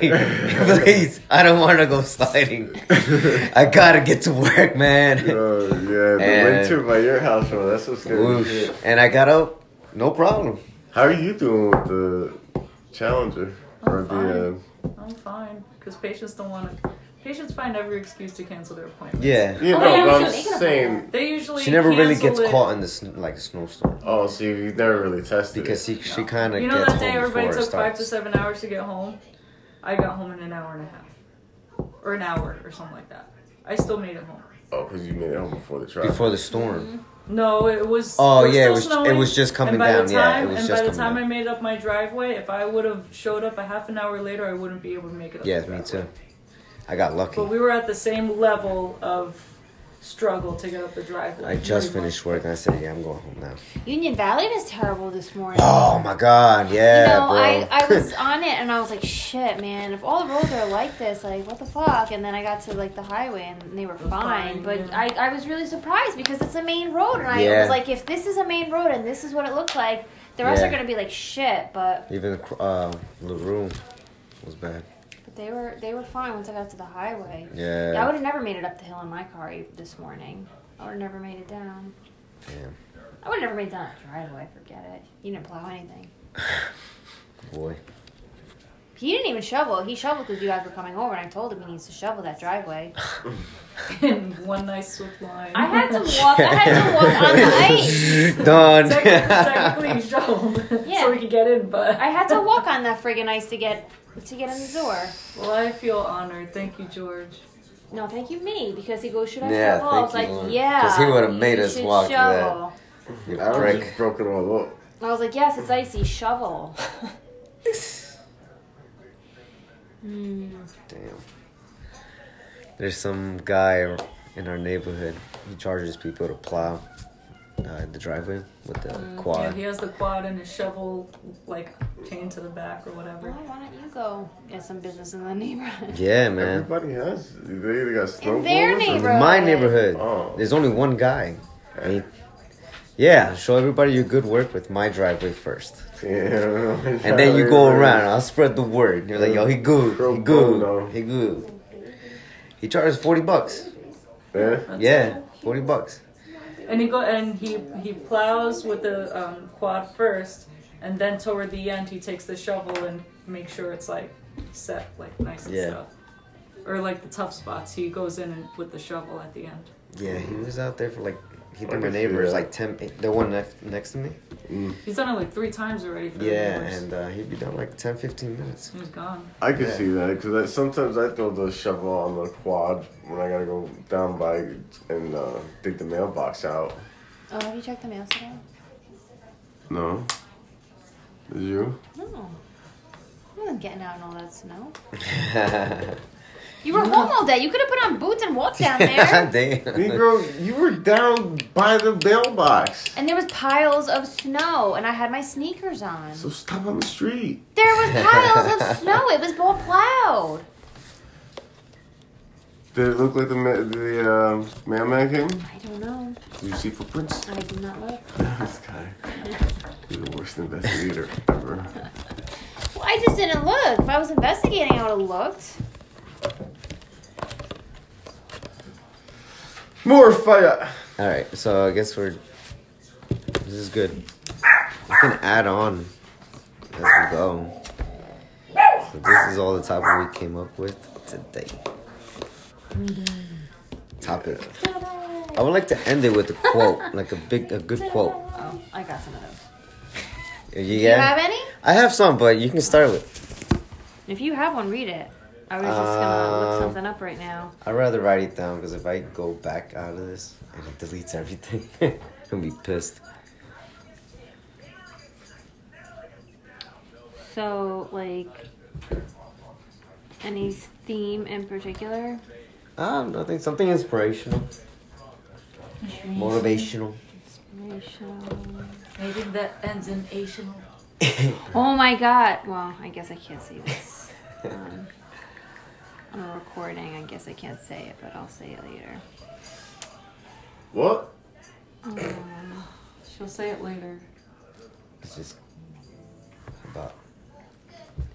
Speaker 2: please, I don't want to go sliding. I gotta get to work, man.
Speaker 3: Oh, yeah, the
Speaker 2: And-
Speaker 3: winter by your house, bro. That's so scary. shit.
Speaker 2: Oof. And I got up, no problem.
Speaker 3: How are you doing with the Challenger or
Speaker 4: I'm
Speaker 3: the? Uh,
Speaker 4: I'm fine because patients don't want to. Patients find every excuse to cancel their appointment.
Speaker 2: Yeah.
Speaker 3: you
Speaker 1: Oh,
Speaker 3: know,
Speaker 1: yeah,
Speaker 3: but
Speaker 1: we
Speaker 3: I'm
Speaker 1: should make it a
Speaker 3: saying.
Speaker 4: They usually
Speaker 2: She never really
Speaker 4: cancel
Speaker 2: gets
Speaker 4: it.
Speaker 2: caught in the sn- like a snowstorm
Speaker 3: Oh, so you you never really tested
Speaker 2: because she
Speaker 3: it.
Speaker 2: she kind of
Speaker 4: You know
Speaker 2: gets
Speaker 4: that day
Speaker 2: home
Speaker 4: everybody
Speaker 2: before
Speaker 4: took
Speaker 2: it
Speaker 4: five to
Speaker 2: starts.
Speaker 4: seven hours to get home. I got home in an hour and a half, or an hour, or something like that. I still made it home.
Speaker 3: Oh, because you made it home before the trial.
Speaker 2: Before the storm.
Speaker 4: No, it was.
Speaker 2: Oh,
Speaker 4: it was
Speaker 2: yeah, it
Speaker 4: still
Speaker 2: was- it
Speaker 4: snowing,
Speaker 2: was just coming
Speaker 4: and by the
Speaker 2: down, yeah, it
Speaker 4: time-
Speaker 2: was
Speaker 4: and
Speaker 2: just
Speaker 4: by
Speaker 2: coming
Speaker 4: the time
Speaker 2: down.
Speaker 4: I made up my driveway, if I would have showed up a half an hour later, I wouldn't be able to make it. Up
Speaker 2: Yeah,
Speaker 4: the
Speaker 2: me
Speaker 4: driveway.
Speaker 2: too. I got lucky.
Speaker 4: But we were at the same level of struggle to get up the driveway.
Speaker 2: I just
Speaker 4: Very
Speaker 2: finished work and I said, yeah, I'm going home now.
Speaker 1: Union Valley was terrible this morning.
Speaker 2: Oh my god, yeah,
Speaker 1: you know,
Speaker 2: bro.
Speaker 1: I, I was on it and I was like, shit, man, if all the roads are like this, like, what the fuck? And then I got to, like, the highway and they were fine.
Speaker 4: fine,
Speaker 1: But
Speaker 4: yeah.
Speaker 1: I, I was really surprised because it's a main road. And I
Speaker 2: Yeah.
Speaker 1: was like, if this is a main road and this is what it looks like, the rest
Speaker 2: Yeah.
Speaker 1: are going to be like shit. But,
Speaker 2: Even uh, Larue was bad.
Speaker 1: but they were they were fine once I got to the highway.
Speaker 2: Yeah.
Speaker 1: I would have never made it up the hill in my car e- this morning. I would have never made it down.
Speaker 2: Damn.
Speaker 1: I would have never made it down a driveway, forget it. You didn't plow anything.
Speaker 2: Boy.
Speaker 1: He didn't even shovel. He shoveled because you guys were coming over, and I told him he needs to shovel that driveway.
Speaker 4: In one nice swift line.
Speaker 1: I had to walk. I had to walk on the ice.
Speaker 2: Done.
Speaker 4: technically, technically he shoveled
Speaker 1: Yeah.
Speaker 4: so we could get in, but
Speaker 1: I had to walk on that friggin' ice to get to get in the door.
Speaker 4: Well, I feel honored. Thank you, George.
Speaker 1: No, thank you, me, because he goes, should I
Speaker 2: Yeah,
Speaker 1: shovel? I was like,
Speaker 2: thank you, Lord.
Speaker 1: yeah,
Speaker 2: 'Cause he would've
Speaker 1: you
Speaker 2: made us
Speaker 1: should
Speaker 2: walk that.
Speaker 1: shovel.
Speaker 2: You
Speaker 3: I would have
Speaker 2: prick.
Speaker 3: just broke it all up.
Speaker 1: I was like, yes, it's icy. Shovel. Hmm.
Speaker 2: Damn. There's some guy in our neighborhood. He charges people to plow uh, the driveway with the
Speaker 1: Mm,
Speaker 4: Yeah,
Speaker 2: quad.
Speaker 4: he has the quad and his shovel, like chained to the back or whatever.
Speaker 1: Why, why don't you go get some business in the neighborhood?
Speaker 2: Yeah, man.
Speaker 3: Everybody has. They either got snowballs.
Speaker 1: In their
Speaker 3: or-
Speaker 1: neighborhood.
Speaker 2: In my neighborhood,
Speaker 3: Oh.
Speaker 2: there's only one guy. And he- yeah, show everybody your good work with my driveway first.
Speaker 3: Yeah.
Speaker 2: And then you go around. I'll spread the word. You're like, yo, he good, he
Speaker 3: Pro bono.
Speaker 2: good, he good. He charges forty bucks.
Speaker 3: Yeah.
Speaker 4: That's
Speaker 2: Yeah,
Speaker 4: cool.
Speaker 2: forty bucks.
Speaker 4: And he go and he he plows with the um, quad first, and then toward the end he takes the shovel and makes sure it's like set like nice and
Speaker 2: Yeah.
Speaker 4: stuff. Or like the tough spots, he goes in and with the shovel at the end.
Speaker 2: Yeah, he was out there for like. He
Speaker 3: I
Speaker 2: been my
Speaker 3: can see
Speaker 2: neighbor is
Speaker 3: that.
Speaker 2: like ten. The one next next to me.
Speaker 4: He's done it like three times already. For the
Speaker 2: Yeah,
Speaker 4: neighbors.
Speaker 2: and uh, he'd be done like 10, 15 minutes.
Speaker 4: he's gone.
Speaker 3: I can
Speaker 2: Yeah.
Speaker 3: see that because sometimes I throw the shovel on the quad when I gotta go down by and uh, dig the mailbox out.
Speaker 1: Oh, have you checked the mail today?
Speaker 3: No. Did you?
Speaker 1: No. I wasn't getting out in all that snow.
Speaker 2: Damn.
Speaker 1: You were home all day. You could have put on boots and walked down there.
Speaker 3: Negro, you were down by the mailbox.
Speaker 1: and there was piles of snow, and I had my sneakers on.
Speaker 3: So stop on the street.
Speaker 1: There was piles of snow. It was all plowed.
Speaker 3: Did it look like the ma- the uh, mailman came?
Speaker 1: I don't know.
Speaker 3: Did you see footprints?
Speaker 1: I did not look.
Speaker 3: this guy. You're the worst investigator ever.
Speaker 1: Well, I just didn't look. If I was investigating, I would have looked.
Speaker 3: More fire.
Speaker 2: All right, so I guess we're. This is good. You can add on as we go. So this is all the topic we came up with today. Topic. I would like to end it with a quote, like a big, a good quote.
Speaker 1: Oh, I got some of those.
Speaker 2: Yeah.
Speaker 1: Do you have any?
Speaker 2: I have some, but you can start with.
Speaker 1: If you have one, read it. I was just gonna
Speaker 2: Um,
Speaker 1: look something up right now.
Speaker 2: I'd rather write it down because if I go back out of this and it deletes everything, I'm gonna be pissed.
Speaker 1: So, like, any theme in particular?
Speaker 2: Um, nothing. Something inspirational, motivational.
Speaker 1: Inspirational.
Speaker 4: Maybe that ends in Asian.
Speaker 1: Oh my god. Well, I guess I can't say this. Um, on a recording, I guess I can't say it, but I'll say it later.
Speaker 3: What?
Speaker 1: Um,
Speaker 4: She'll say it later.
Speaker 2: It's just about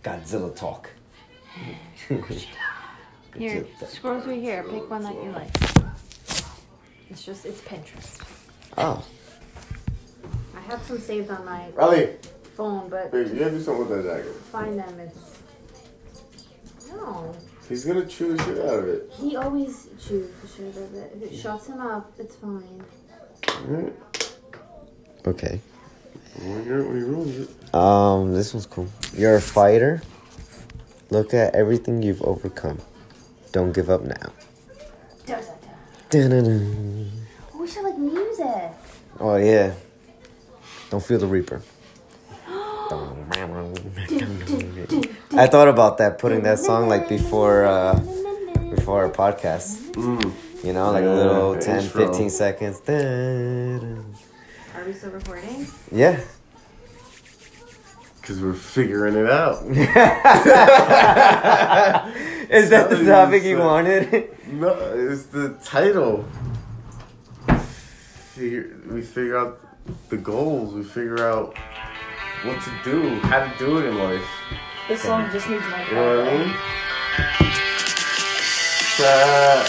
Speaker 2: Godzilla talk.
Speaker 1: here,
Speaker 2: Godzilla talk.
Speaker 1: scroll through here. Pick one that you like. It's just, it's Pinterest.
Speaker 2: Oh,
Speaker 1: I have some saved on my
Speaker 3: Riley,
Speaker 1: phone, but
Speaker 3: baby, you gotta do something with that jacket.
Speaker 1: find them is. No.
Speaker 3: He's gonna chew the shit out of it.
Speaker 1: He always chews the shit of it. If it shuts him up, it's fine.
Speaker 3: Alright.
Speaker 2: okay.
Speaker 3: Well, you're- we ruined it.
Speaker 2: Um, this one's cool. You're a fighter. Look at everything you've overcome. Don't give up now.
Speaker 1: Da, da, da.
Speaker 2: Dun-dun-dun.
Speaker 1: Oh, we should like music.
Speaker 2: Oh yeah. Don't feel the reaper. I thought about that putting that song like before uh for our podcast.
Speaker 3: Mm.
Speaker 2: You know, like a
Speaker 3: Yeah,
Speaker 2: little
Speaker 3: the
Speaker 2: 10,
Speaker 3: intro.
Speaker 2: 15 seconds. Dun-dun.
Speaker 1: Are we still recording?
Speaker 2: Yeah.
Speaker 3: Because we're figuring it out.
Speaker 2: Is that the
Speaker 3: Something
Speaker 2: topic
Speaker 3: you
Speaker 2: you
Speaker 3: said.
Speaker 2: wanted?
Speaker 3: No, it's the title. Figure, we figure out the goals. We figure out what to do, how to do it in life.
Speaker 4: This song just needs my
Speaker 3: You know what I mean? Uh,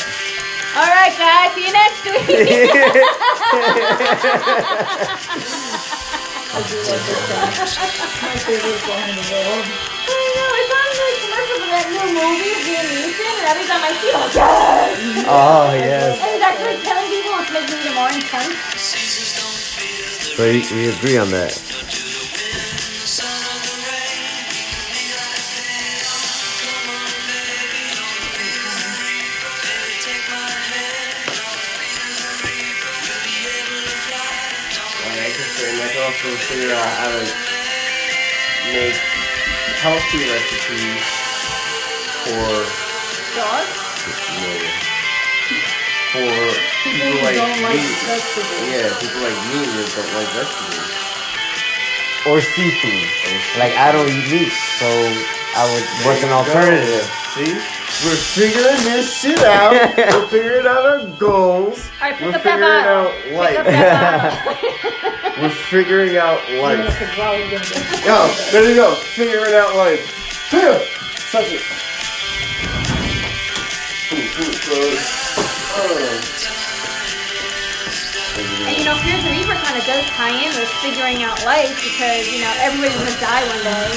Speaker 1: All right, guys. See you next week.
Speaker 4: I do like this song. It's my favorite song in the world.
Speaker 2: Oh yes. So you, you agree on that?
Speaker 3: like I can say, like also figure out how to make healthy recipes for
Speaker 4: Dogs?
Speaker 3: yeah, for
Speaker 4: People
Speaker 3: people
Speaker 4: who
Speaker 3: like
Speaker 4: don't like
Speaker 3: me.
Speaker 4: vegetables.
Speaker 3: Yeah, people like me that don't like vegetables.
Speaker 2: Or seafood? Like I don't eat meat, so I would. What's an alternative?
Speaker 3: See? We're figuring this shit out. We're figuring out our goals.
Speaker 1: All right, pick
Speaker 3: We're
Speaker 1: up that
Speaker 3: figuring
Speaker 1: bottle.
Speaker 3: out
Speaker 1: Pick up
Speaker 3: life.
Speaker 1: that bottle.
Speaker 3: We're figuring out
Speaker 4: I'm gonna
Speaker 3: life.
Speaker 4: put Raleigh in there.
Speaker 3: Yo, there you go. Figuring out life. Here, suck it. Ooh, ooh, good. Oh.
Speaker 1: And you know, Fear the Reaper kind of does tie in with figuring out life because you know everybody's gonna die one day.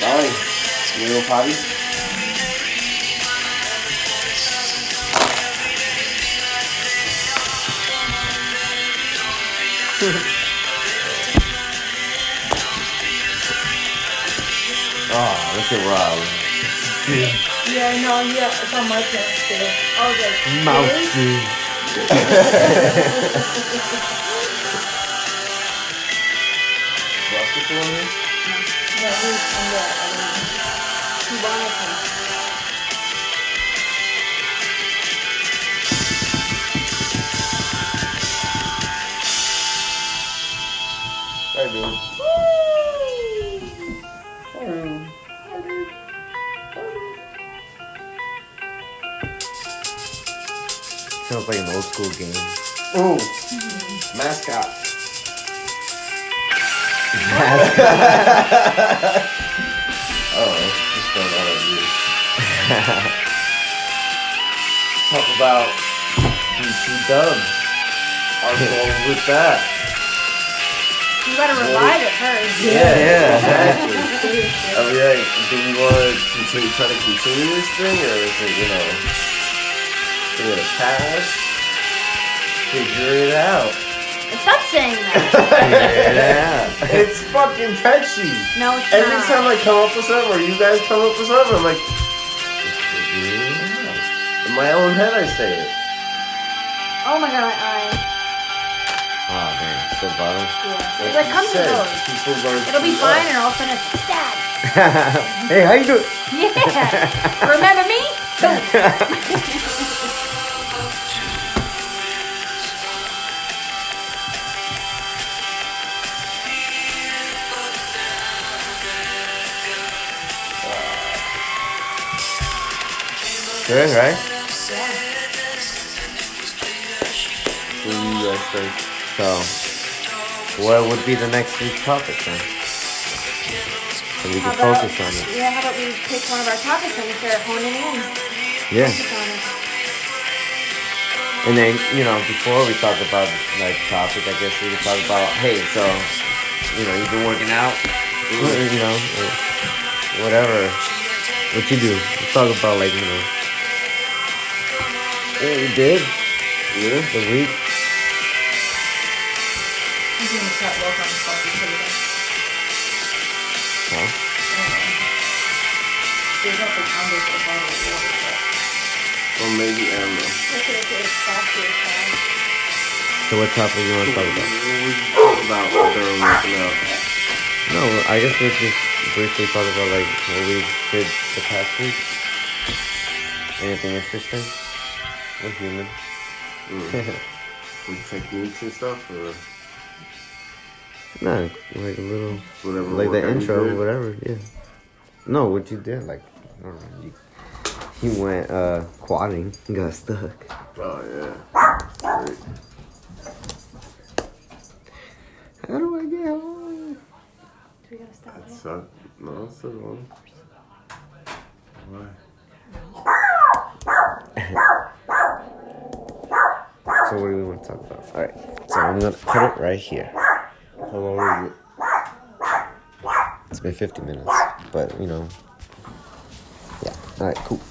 Speaker 3: Sorry. You wanna go potty?
Speaker 2: Oh, look at Rob.
Speaker 4: Yeah, I know, yeah, it's on my parents' too. I was like, really?
Speaker 2: Mousy.
Speaker 3: Basketball in here?
Speaker 4: No, he's- um, I'm not, I don't know. He wanted to.
Speaker 3: I do.
Speaker 2: Sounds like an old school game.
Speaker 3: Ooh. Mascot. oh, it's just going out of you. Talk about BT Dubs. Our goals with that.
Speaker 1: You gotta revive it first.
Speaker 2: Yeah.
Speaker 3: exactly. I mean, like, do we want to continue trying to continue this thing, or is it, you know, we're gonna pass? Figure it out.
Speaker 1: Stop saying that.
Speaker 2: yeah.
Speaker 3: It's fucking catchy.
Speaker 1: No, it's
Speaker 3: Every
Speaker 1: not.
Speaker 3: time I come up with something, or you guys come up with something, I'm like, in my own head, I say it.
Speaker 1: oh my god, my eye.
Speaker 2: Oh man, still bottom.
Speaker 1: Yeah. It like
Speaker 3: you
Speaker 1: comes and
Speaker 3: said,
Speaker 1: goes.
Speaker 3: People learn
Speaker 1: It'll be
Speaker 3: from
Speaker 1: fine,
Speaker 3: us.
Speaker 1: and all of a sudden it's stab.
Speaker 2: hey, how you doing?
Speaker 1: Yeah. Remember me? Boom.
Speaker 2: Good, right?
Speaker 3: What do you guys think?
Speaker 2: So, what would be the next week's topic then? So we can
Speaker 1: How about-
Speaker 2: focus on it.
Speaker 1: Yeah, how about we pick one of our topics and we start honing in?
Speaker 2: Yeah.
Speaker 1: Focus on it.
Speaker 2: And then, you know, before we talk about like topic, I guess we could talk about, hey, so, you know, you've been working out, you know, or whatever, what you do. We'll talk about like, you know, what you did, yeah, the week.
Speaker 4: I'm doing a catwalk on the coffee table.
Speaker 2: Huh?
Speaker 4: There's not the condos that are bottled water, but
Speaker 3: Or maybe um, I don't know.
Speaker 2: So what topic you want to
Speaker 3: What
Speaker 2: talk about?
Speaker 3: we talk about what they were working out.
Speaker 2: No, I guess we'll just briefly talk about like what we did the past week. Anything interesting? We're human.
Speaker 3: Mm. With techniques and stuff or
Speaker 2: Nah, like a little,
Speaker 3: whatever.
Speaker 2: like the
Speaker 3: workout we
Speaker 2: intro,
Speaker 3: did.
Speaker 2: whatever. Yeah. No, what you did, like, I don't know, you, you went uh quadding, and got stuck.
Speaker 3: Oh yeah. Great.
Speaker 2: How do I get home?
Speaker 3: That sucked. uh, No, that's the wrong. Why?
Speaker 2: So what do we want to talk about? All right. So I'm gonna put it right here.
Speaker 3: How long is it?
Speaker 2: It's been 50 minutes, but you know, yeah. All right, cool.